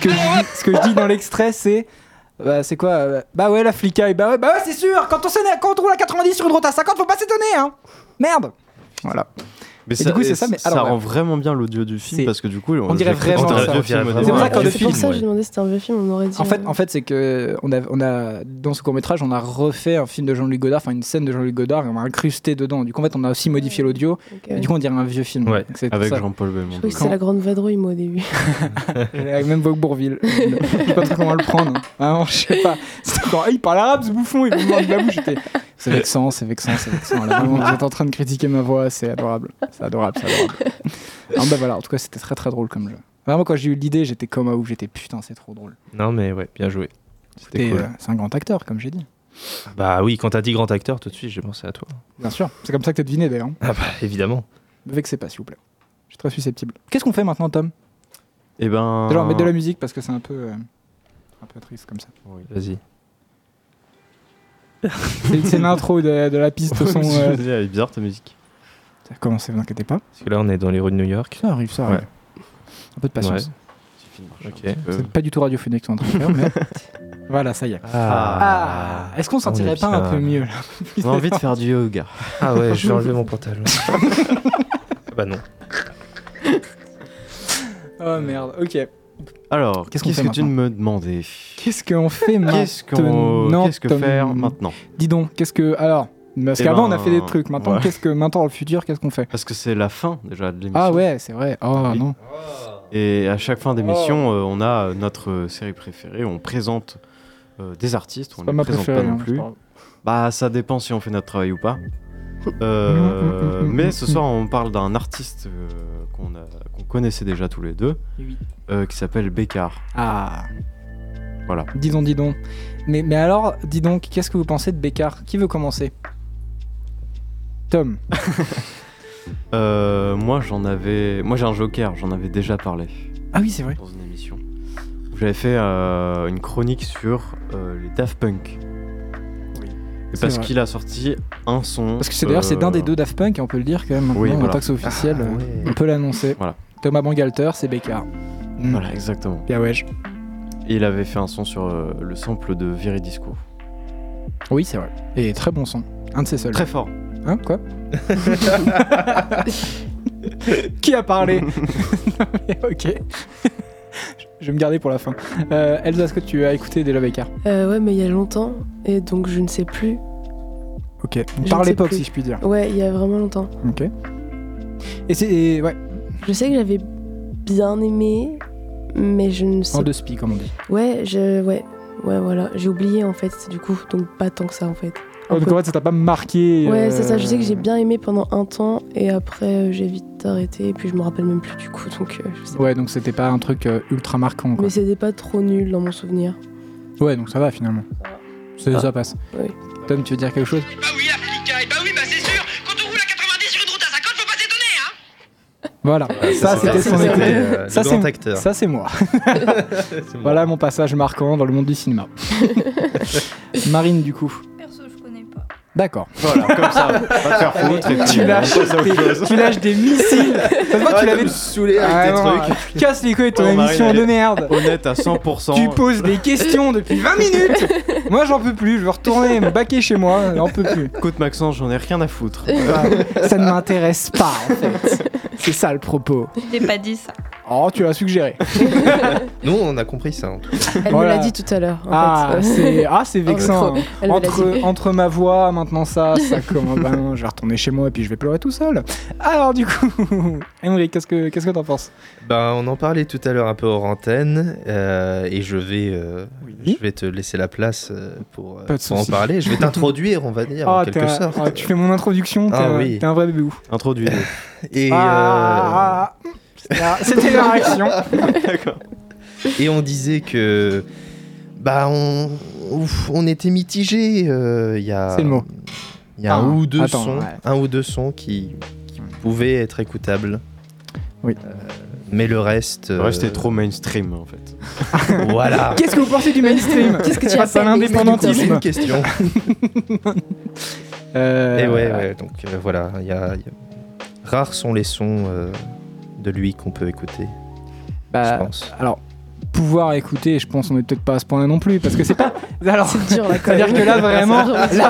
Speaker 1: que, je, ce que je dis dans l'extrait, c'est. Bah, c'est quoi euh, Bah ouais, la flicaille. Bah ouais, bah ouais, c'est sûr. Quand on, s'énerve- quand on roule à 90 sur une route à 50, faut pas s'étonner, hein. Merde. Voilà.
Speaker 2: Mais
Speaker 1: Et du coup, c'est ça, mais à
Speaker 2: ça rend
Speaker 1: l'envers.
Speaker 2: vraiment bien l'audio du film
Speaker 1: C'est-
Speaker 2: parce que du coup,
Speaker 1: on dirait
Speaker 2: je le
Speaker 1: vraiment
Speaker 2: considère
Speaker 1: ça.
Speaker 2: un vieux film
Speaker 3: C'est
Speaker 2: au
Speaker 3: pour
Speaker 2: départ.
Speaker 1: ça qu'en
Speaker 6: C'est
Speaker 1: deux
Speaker 6: pour
Speaker 1: films,
Speaker 6: ça que j'ai demandé si c'était un vieux film, on aurait dit.
Speaker 1: En fait,
Speaker 6: euh,
Speaker 1: en fait c'est que on a, on a, dans ce court-métrage, on a refait un film de Jean-Luc Godard, enfin une scène de Jean-Luc Godard, et on a incrusté dedans. Du coup, en fait, on a aussi modifié l'audio.
Speaker 6: ok.
Speaker 1: Et Du coup, on dirait un vieux film.
Speaker 3: Ouais,
Speaker 1: Donc, c'est pour
Speaker 2: Avec
Speaker 1: ça.
Speaker 2: Jean-Paul
Speaker 6: Je
Speaker 2: Belmondo.
Speaker 6: crois que c'est la grande vadrouille, moi, au début.
Speaker 1: Avec même Bob Bourville. Je sais pas trop comment le prendre. hein. Vraiment, je sais pas. C'est quand Ah, il parle arabe, ce bouffon, il me mord de la bouche. J'étais, C'est vexant, c'est vexant, c'est vexant. Là, vraiment, vous êtes en train de critiquer ma voix, c'est adorable. C'est adorable, c'est adorable. Non, bah voilà, en tout cas, c'était très très drôle comme jeu. Vraiment, quand j'ai eu l'idée, j'étais comme à ouf, j'étais putain, c'est trop drôle.
Speaker 3: Non, mais ouais, bien joué. C'était
Speaker 1: Et,
Speaker 3: cool.
Speaker 1: euh, c'est un grand acteur, comme j'ai dit.
Speaker 3: Bah oui, quand t'as dit grand acteur, tout de suite, j'ai pensé à toi.
Speaker 1: Bien sûr. C'est comme ça que t'as deviné d'ailleurs.
Speaker 3: Ah bah, évidemment.
Speaker 1: Ne vexez pas, s'il vous plaît. Je suis très susceptible. Qu'est-ce qu'on fait maintenant, Tom Eh
Speaker 2: Et ben.
Speaker 1: Genre, mettre de la musique parce que c'est un peu. euh, un peu triste comme ça.
Speaker 3: Vas-y.
Speaker 1: C'est c'est l'intro de, de la piste son. euh,
Speaker 2: Elle est bizarre ta musique.
Speaker 1: Ça a commencé, vous inquiétez pas.
Speaker 3: Parce que là, on est dans les rues de New York.
Speaker 1: Ça arrive, ça arrive. Un peu de patience.
Speaker 3: Ok.
Speaker 1: C'est euh, pas du tout radiophonique ce qu'on est en train de faire, mais. Voilà, ça y est. Ah, Est-ce qu'on
Speaker 3: On
Speaker 1: sentirait
Speaker 3: est
Speaker 1: pas un
Speaker 3: bien.
Speaker 1: peu mieux là
Speaker 2: On a envie de faire du yoga.
Speaker 3: Ah ouais, je vais enlever mon pantalon. bah non.
Speaker 1: Oh merde, ok.
Speaker 2: Alors,
Speaker 1: Qu'est-ce
Speaker 2: qu'est-ce
Speaker 1: qu'on fait
Speaker 2: que tu me demandais
Speaker 1: Qu'est-ce qu'on fait maintenant
Speaker 2: Qu'est-ce qu'on. Qu'est-ce que
Speaker 1: Tom
Speaker 2: faire maintenant
Speaker 1: Dis donc, qu'est-ce que. Alors, parce
Speaker 2: Eh
Speaker 1: qu'avant
Speaker 2: ben,
Speaker 1: on a fait des trucs, maintenant
Speaker 2: ouais.
Speaker 1: qu'est-ce que. Maintenant dans le futur, qu'est-ce qu'on fait
Speaker 2: Parce que c'est la fin déjà de l'émission.
Speaker 1: Ah ouais, c'est vrai. Oh
Speaker 2: Oui.
Speaker 1: non.
Speaker 2: Ah. Et à chaque fin d'émission, euh, on a euh, notre euh, série préférée, on présente euh, des artistes, on
Speaker 1: C'est pas
Speaker 2: ne les
Speaker 1: ma
Speaker 2: présente
Speaker 1: préférée.
Speaker 2: pas non
Speaker 1: hein,
Speaker 2: plus.
Speaker 1: je parle.
Speaker 2: Bah ça dépend si on fait notre travail ou pas. Euh,
Speaker 1: Mm, mm, mm, mm,
Speaker 2: mais
Speaker 1: mm,
Speaker 2: ce
Speaker 1: mm.
Speaker 2: soir, on parle d'un artiste euh, qu'on a- qu'on connaissait déjà tous les deux,
Speaker 1: Oui.
Speaker 2: euh, qui s'appelle Bécard.
Speaker 1: Ah.
Speaker 2: Voilà.
Speaker 1: Dis donc, dis donc. Mais, mais alors, dis donc, qu'est-ce que vous pensez de Bécard Qui veut commencer Tom.
Speaker 2: Euh, moi, j'en avais, moi j'ai un joker, j'en avais déjà parlé
Speaker 1: Ah oui, c'est vrai.
Speaker 2: dans une émission. où J'avais fait euh, une chronique sur euh, les Daft Punk. Et
Speaker 1: C'est
Speaker 2: parce
Speaker 1: vrai.
Speaker 2: qu'il a sorti un son.
Speaker 1: Parce que c'est d'ailleurs, c'est
Speaker 2: Euh.
Speaker 1: d'un des deux Daft Punk, et on peut le dire quand même maintenant,
Speaker 2: Oui,
Speaker 1: en
Speaker 2: voilà.
Speaker 1: tant que c'est officiel, euh, on peut l'annoncer.
Speaker 2: Voilà.
Speaker 1: Thomas Bangalter, c'est Bécard. Mm.
Speaker 2: euh, Voilà, exactement.
Speaker 1: Bien ouais. je-
Speaker 2: Et il avait fait un son sur euh, le sample de Viridisco.
Speaker 1: Oui, c'est vrai. Et très bon son. Un de ses seuls.
Speaker 2: Très fort.
Speaker 1: Hein Quoi Qui a parlé Non, mais Ok. Je vais me garder pour la fin. Euh, Elsa, est-ce que tu as écouté déjà Bécard
Speaker 6: Euh, ouais, mais il y a longtemps, et donc je ne sais plus.
Speaker 1: Ok.
Speaker 6: ne
Speaker 1: Par
Speaker 6: sais
Speaker 1: l'époque,
Speaker 6: plus.
Speaker 1: si je puis dire.
Speaker 6: Ouais, il y a vraiment longtemps.
Speaker 1: Ok. Et c'est. et Ouais,
Speaker 6: Je sais que j'avais bien aimé, mais je ne sais
Speaker 1: en deux spies, comme on dit.
Speaker 6: Ouais, je. Ouais, ouais, voilà. J'ai oublié en fait, du coup, donc pas tant que ça en fait. Un peu.
Speaker 1: en fait, ça t'a pas marqué.
Speaker 6: Ouais,
Speaker 1: euh,
Speaker 6: c'est ça. Je sais que j'ai bien aimé pendant un temps, et après euh, j'ai vite arrêté, et puis je me rappelle même plus du coup, donc euh, je sais pas.
Speaker 1: Ouais, donc c'était pas un truc euh, ultra marquant. Quoi.
Speaker 6: Mais c'était pas trop nul dans mon souvenir.
Speaker 1: Ouais, donc ça va finalement. Ça, ça passe.
Speaker 6: Oui.
Speaker 1: Tom, tu veux dire quelque chose
Speaker 9: Bah oui, la picaille, bah oui, bah c'est sûr. Quand on roule à 90 sur une route à 50, faut pas s'étonner, hein.
Speaker 1: Voilà, ça c'était son
Speaker 6: c'était,
Speaker 1: été.
Speaker 3: euh, le
Speaker 1: ça
Speaker 3: grand
Speaker 1: c'est
Speaker 3: acteur.
Speaker 1: ça, c'est moi. Voilà mon passage marquant dans le monde du cinéma. Marine, du coup.
Speaker 5: Perso, je connais pas.
Speaker 1: D'accord.
Speaker 2: Voilà, comme ça. Pas te faire foutre. et puis,
Speaker 1: Tu
Speaker 2: euh,
Speaker 1: lâches,
Speaker 2: on passe à autre chose.
Speaker 1: des- tu lâches des missiles. Ça se voit que tu l'avais
Speaker 3: saoulé
Speaker 1: Ah non, Tu casses les couilles de ton
Speaker 2: Oh, Marine,
Speaker 1: émission
Speaker 2: elle
Speaker 1: de
Speaker 2: est-
Speaker 1: merde.
Speaker 2: Honnête à 100%.
Speaker 1: Tu poses des questions depuis 20 minutes. Moi, j'en peux plus. Je veux retourner me baquer chez moi. J'en peux plus. Bah,
Speaker 2: Écoute, Maxence, j'en ai rien à foutre.
Speaker 1: ça ne m'intéresse pas, en fait. C'est ça le propos.
Speaker 5: Je t'ai pas dit ça.
Speaker 1: Oh, tu l'as suggéré.
Speaker 3: Nous, on a compris ça. en tout cas.
Speaker 6: Elle
Speaker 1: Voilà.
Speaker 6: me l'a dit tout à l'heure. En
Speaker 1: Ah,
Speaker 6: fait.
Speaker 1: c'est ah, c'est
Speaker 6: En
Speaker 1: vexant.
Speaker 6: micro, elle me l'a
Speaker 1: Entre,
Speaker 6: dit.
Speaker 1: entre ma voix, maintenant ça, ça comment ben, non, je vais retourner chez moi et puis je vais pleurer tout seul. Alors du coup, Emery, qu'est-ce que qu'est-ce que t'en penses
Speaker 3: Bah, on en parlait tout à l'heure un peu hors antenne. euh, et je vais, euh, je vais te laisser la place euh, pour, euh,
Speaker 1: Pas de
Speaker 3: pour en
Speaker 1: souci.
Speaker 3: parler. Je vais t'introduire, on va dire, en
Speaker 1: Ah, t'es
Speaker 3: quelque
Speaker 1: un-
Speaker 3: sorte.
Speaker 1: ah, tu fais mon introduction, t'es
Speaker 3: Ah
Speaker 1: un,
Speaker 3: oui.
Speaker 1: t'es un vrai bébé ouf.
Speaker 2: Introduis.
Speaker 3: Et, euh,
Speaker 1: Ah, ah, ah. C'était la réaction.
Speaker 3: Et on disait que. Bah, on, ouf, on était mitigé. Il y a.
Speaker 1: C'est le mot.
Speaker 3: Il y a
Speaker 1: Ah,
Speaker 3: un, ou deux
Speaker 1: attends,
Speaker 3: sons,
Speaker 1: ouais.
Speaker 3: un ou deux sons qui, qui pouvaient être écoutables.
Speaker 1: Oui.
Speaker 3: Euh, mais le reste.
Speaker 2: Le reste
Speaker 3: euh,
Speaker 2: est trop mainstream en fait.
Speaker 3: Voilà.
Speaker 1: Qu'est-ce que vous pensez du mainstream
Speaker 6: Qu'est-ce que tu
Speaker 1: Face à
Speaker 6: appelles
Speaker 3: C'est
Speaker 1: l'indépendantisme
Speaker 3: une question.
Speaker 1: Euh,
Speaker 3: Et ouais, ouais, donc euh, voilà. il Y a, il y a- Rares sont les sons euh, de lui qu'on peut écouter,
Speaker 1: bah,
Speaker 3: je pense.
Speaker 1: Alors, pouvoir écouter. Et je pense on est peut-être pas à ce point-là non plus parce que c'est pas. Alors,
Speaker 6: C'est dur, là, quand
Speaker 1: c'est-à-dire
Speaker 6: même.
Speaker 1: que là vraiment,
Speaker 6: C'est vraiment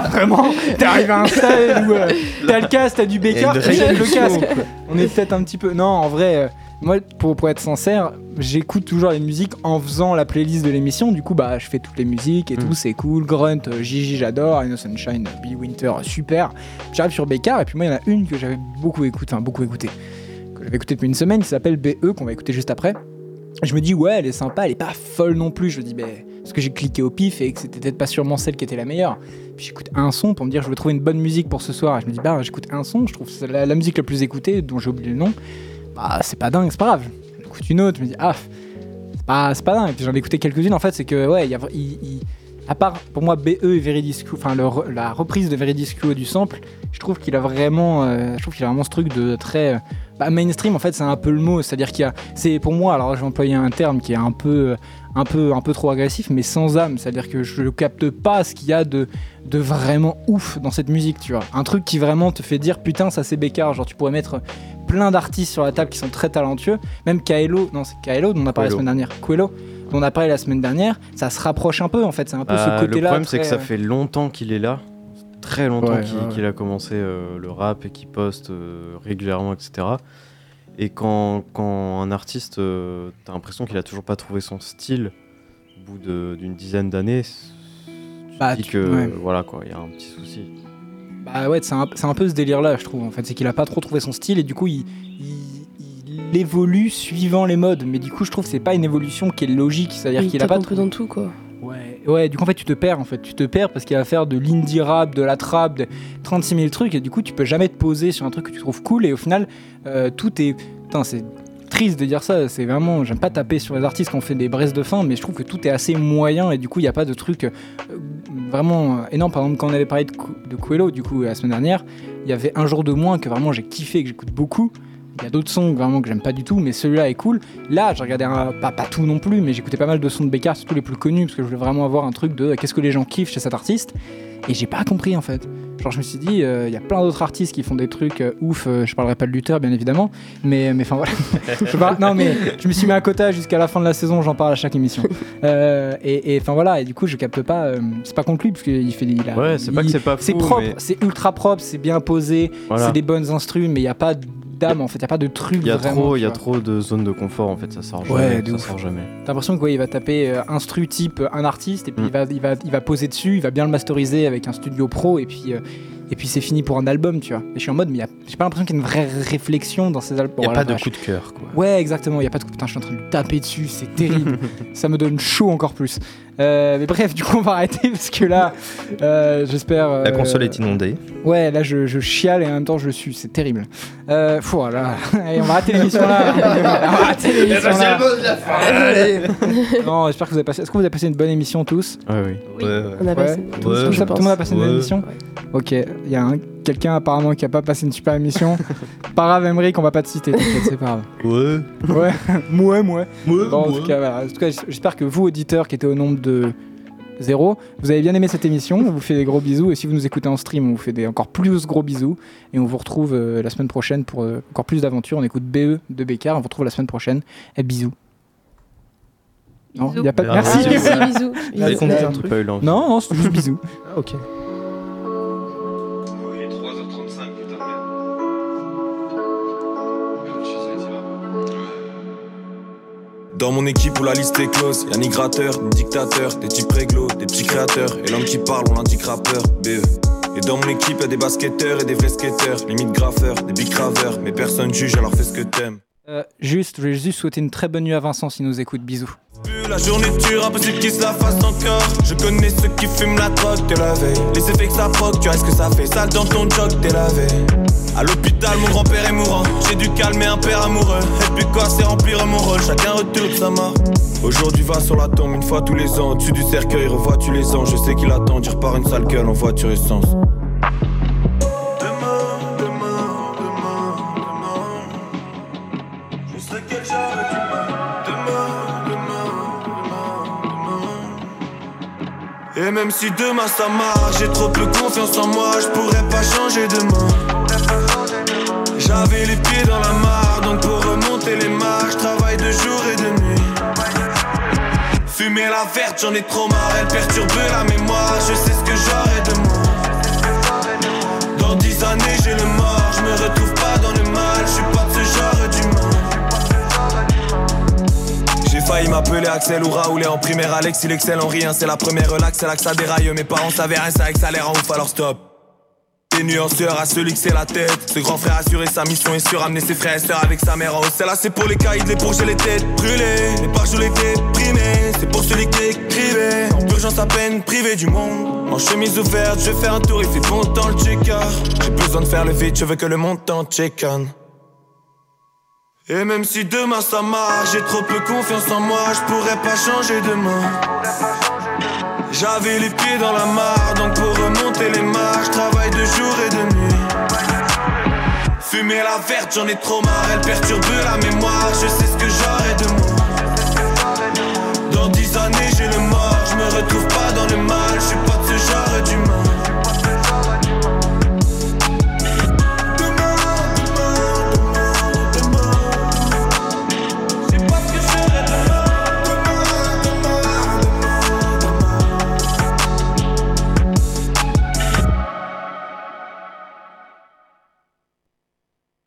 Speaker 1: là
Speaker 6: dur.
Speaker 1: vraiment, t'arrives à un stade où euh, t'as le casque, t'as du Bécard,
Speaker 3: Il y
Speaker 1: t'as
Speaker 3: a une
Speaker 1: le
Speaker 3: réflexion,
Speaker 1: casque. On est peut-être un petit peu. Non, en vrai, euh, moi pour, pour être sincère, j'écoute toujours les musiques en faisant la playlist de l'émission. Du coup, bah je fais toutes les musiques et
Speaker 2: Mm.
Speaker 1: tout, c'est cool. Grunt, euh, Gigi, j'adore. Ino Sunshine, Billy Winter, euh, super. J'arrive sur Bécard et puis moi il y en a une que j'avais beaucoup écoutée, enfin beaucoup écoutée que j'avais écouté depuis une semaine qui s'appelle BE qu'on va écouter juste après. Et Je me dis ouais elle est sympa, elle est pas folle non plus. Je me dis ben parce que j'ai cliqué au pif et que c'était peut-être pas sûrement celle qui était la meilleure. Puis j'écoute un son pour me dire je veux trouver une bonne musique pour ce soir. Et je me dis bah j'écoute un son, je trouve c'est la, la musique la plus écoutée dont j'ai oublié le nom. Bah c'est pas dingue, c'est pas grave. J'écoute une autre, je me dis ah c'est pas c'est pas dingue. Et puis j'en ai écouté quelques-unes en fait c'est que ouais il y a vra- il- il- à part pour moi BE et Veridis Q- enfin le re- la reprise de Veridis Q du sample, je trouve qu'il a vraiment euh, je trouve qu'il a vraiment ce truc de très euh, bah, mainstream en fait c'est un peu le mot c'est à dire qu'il y a c'est pour moi alors je vais employer un terme qui est un peu euh, un peu un peu trop agressif mais sans âme c'est à dire que je capte pas ce qu'il y a de de vraiment ouf dans cette musique tu vois un truc qui vraiment te fait dire putain ça c'est Bécard genre tu pourrais mettre plein d'artistes sur la table qui sont très talentueux même Kaelo non c'est Kaelo dont on a parlé
Speaker 2: Coelho.
Speaker 1: la semaine dernière Coelho dont on a parlé la semaine dernière ça se rapproche un peu en fait c'est un peu
Speaker 2: Bah,
Speaker 1: ce côté là
Speaker 2: le problème, c'est que ça fait longtemps qu'il est là. Très longtemps
Speaker 1: Ouais,
Speaker 2: qu'il
Speaker 1: ouais, ouais.
Speaker 2: qu'il a commencé euh, le rap et qu'il poste euh, régulièrement, etc. Et quand, quand un artiste, euh, t'as l'impression qu'il a toujours pas trouvé son style, au bout de- d'une dizaine d'années, c- tu
Speaker 1: Bah,
Speaker 2: te dis
Speaker 1: tu-
Speaker 2: que
Speaker 1: ouais.
Speaker 2: voilà quoi, il y a un petit souci.
Speaker 1: Bah ouais, c'est un, c'est un peu ce délire-là, je trouve, en fait. C'est qu'il a pas trop trouvé son style et du coup, il, il- il évolue suivant les modes. Mais du coup, je trouve que c'est pas une évolution qui est logique. C'est-à-dire
Speaker 6: Il
Speaker 1: qu'il a
Speaker 6: tape
Speaker 1: pas
Speaker 6: un peu dans tout, quoi.
Speaker 1: Ouais, ouais, du coup, en fait, tu te perds, en fait. Tu te perds parce qu'il va faire de l'indie rap, de la trap, de 36 000 trucs, et du coup, tu peux jamais te poser sur un truc que tu trouves cool, et au final, euh, tout est. Putain, c'est triste de dire ça, c'est vraiment. J'aime pas taper sur les artistes qui ont fait des braises de fin, mais je trouve que tout est assez moyen, et du coup, il n'y a pas de truc euh, vraiment euh, énorme. Par exemple, quand on avait parlé de, Cou- de Coelho, du coup, la semaine dernière, il y avait un jour de moins que vraiment j'ai kiffé, que j'écoute beaucoup. Il y a d'autres sons vraiment que j'aime pas du tout, mais celui-là est cool. Là, j'ai regardé un- pas, pas tout non plus, mais j'écoutais pas mal de sons de Bécard, surtout les plus connus, parce que je voulais vraiment avoir un truc de euh, qu'est-ce que les gens kiffent chez cet artiste. Et j'ai pas compris en fait. Genre, je me suis dit, euh, il y a plein d'autres artistes qui font des trucs euh, ouf. euh, je parlerai pas de Luther, bien évidemment, mais mais enfin voilà. je parle- non, mais je me suis mis à quota jusqu'à la fin de la saison, j'en parle à chaque émission. Euh, et et, enfin voilà, et du coup, je capte pas. euh, c'est pas conclu, parce qu'il fait. Il a-
Speaker 2: Ouais, c'est pas que
Speaker 1: il-
Speaker 2: c'est pas
Speaker 1: C'est
Speaker 2: fou,
Speaker 1: propre,
Speaker 2: mais-
Speaker 1: c'est ultra propre, c'est bien posé,
Speaker 2: Voilà.
Speaker 1: c'est des bonnes instrus, mais il y a pas d'âme en fait, il y a pas de truc.
Speaker 2: Il y a
Speaker 1: vraiment,
Speaker 2: trop, il
Speaker 1: tu
Speaker 2: y a
Speaker 1: vois.
Speaker 2: trop de zones de confort en fait, ça sort
Speaker 1: Ouais,
Speaker 2: jamais.
Speaker 1: de
Speaker 2: ça
Speaker 1: ouf.
Speaker 2: sort jamais.
Speaker 1: T'as l'impression qu'il va taper euh, instru type euh, un artiste et puis
Speaker 2: Mm.
Speaker 1: il, va, il, va, il va poser dessus, il va bien le masteriser avec un studio pro et puis, euh, et puis c'est fini pour un album, tu vois. Et je suis en mode, mais il y a- j'ai pas l'impression qu'il y ait une vraie réflexion dans ces albums.
Speaker 3: Il n'y a
Speaker 1: Oh,
Speaker 3: pas
Speaker 1: la
Speaker 3: de
Speaker 1: vache.
Speaker 3: coup de cœur, quoi.
Speaker 1: Ouais, exactement, il y a pas de coup. Putain, je suis en train de lui taper dessus, c'est terrible. Ça me donne chaud encore plus. Euh, mais bref, du coup, on va arrêter parce que là, euh, j'espère.
Speaker 3: La
Speaker 1: euh,
Speaker 3: console est inondée.
Speaker 1: Ouais, là je, je chiale et en même temps je suis, c'est terrible. Euh, fou, oh là, Allez, on va rater l'émission là. on va rater l'émission là. Non, j'espère que vous avez passé. Est-ce que vous avez passé une bonne émission tous
Speaker 2: Ouais, oui.
Speaker 6: On a
Speaker 1: Ouais.
Speaker 6: passé
Speaker 1: Tout
Speaker 3: Ouais,
Speaker 1: le monde-
Speaker 3: je
Speaker 1: tout le monde a passé une
Speaker 3: pense.
Speaker 1: bonne émission Ok, il y a un- quelqu'un apparemment qui a pas passé une super émission. Parave Emmerich, on va pas te citer, t'inquiète, c'est pas grave.
Speaker 3: Ouais.
Speaker 1: Ouais, mouais, mouais.
Speaker 3: Ouais,
Speaker 1: Bon, en
Speaker 3: ouais.
Speaker 1: tout cas, voilà. En tout cas, j'espère que vous, auditeurs qui étiez au nombre de zéro, vous avez bien aimé cette émission. On vous fait des gros bisous. Et si vous nous écoutez en stream, on vous fait des encore plus gros bisous. Et on vous retrouve euh, la semaine prochaine pour euh, encore plus d'aventures. On écoute BE de Bécard. On vous retrouve la semaine prochaine. Et bisous. Non, il
Speaker 5: Bisous.
Speaker 1: y a pas de...
Speaker 3: Bravo.
Speaker 1: Merci.
Speaker 6: Ah, merci, bisous.
Speaker 3: Vous allez
Speaker 6: Bisous.
Speaker 3: compter un
Speaker 2: J'ai
Speaker 3: truc
Speaker 2: pas eu l'envie.
Speaker 1: Non, non, c'est juste bisous.
Speaker 3: Ok.
Speaker 9: Il est 3h35, putain de merde. Merde, je suis désolé, t'y vas.
Speaker 12: Dans mon équipe où la liste est close, y'a ni gratteur, ni dictateur, des types réglo, des petits créateurs, et l'homme qui parle, on l'indique rappeur, BE. Et dans mon équipe, y'a des basketteurs et des vrais skateurs, limite graffeurs, des big raveurs, mais personne juge, alors fais ce que t'aimes.
Speaker 1: Euh, juste, je vais juste souhaiter une très bonne nuit à Vincent s'il nous écoute. Bisous.
Speaker 12: Plus La journée dure, impossible qu'ils se la fassent encore. Je connais ceux qui fument la drogue, t'es lavé. Les effets que ça proc, tu as ce que ça fait. Sale dans ton jog, t'es lavé. À l'hôpital, mon grand-père est mourant. J'ai dû calmer un père amoureux. Et puis quoi, c'est remplir mon rôle. Chacun retourne sa mort. Aujourd'hui, va sur la tombe une fois tous les ans. Au-dessus du cercueil, revois-tu les anges. Je sais qu'il attend, j'y repars une sale gueule en voiture essence. Demain, demain, demain, demain. Je sais quel genre d'humain. Demain, demain, demain, demain. Et même si demain ça marche, j'ai trop peu confiance en moi, je pourrais pas changer demain. J'avais les pieds dans la mare, donc pour remonter les marches, travaille de jour et de nuit. fumer la verte, j'en ai trop marre, elle perturbe la mémoire, je sais ce que j'aurai de moi. Dans dix années j'ai le mort, je me retrouve pas dans le mal, je suis pas de ce genre d'humain. J'ai failli m'appeler Axel ou Raoul et en primaire Alex il excelle en rien, c'est la première relax, c'est là que ça déraille, mes parents savaient rien, c'est vrai que ça a l'air en ouf alors stop. Des nuanceurs à celui que c'est la tête. Ce grand frère assuré sa mission est sûr, amener ses frères et sœurs avec sa mère en haut. Celle-là, c'est pour les caïds, les bourges et les têtes brûlées. Les par les déprimés, c'est pour celui qui écrivait. En urgence à peine privé du monde. En chemise ouverte, je vais faire un tour, il fait bon dans le checker. J'ai besoin de faire le vide, je veux que le monde t'en check-on. Et même si demain ça marche, j'ai trop peu confiance en moi, je pourrais pas changer demain. J'avais les pieds dans la mare, donc pour remonter les marches, travaille de jour et de nuit. Fumer la verte, j'en ai trop marre, elle perturbe la mémoire, je sais ce que j'aurai de moi. Dans dix années, j'ai le mort.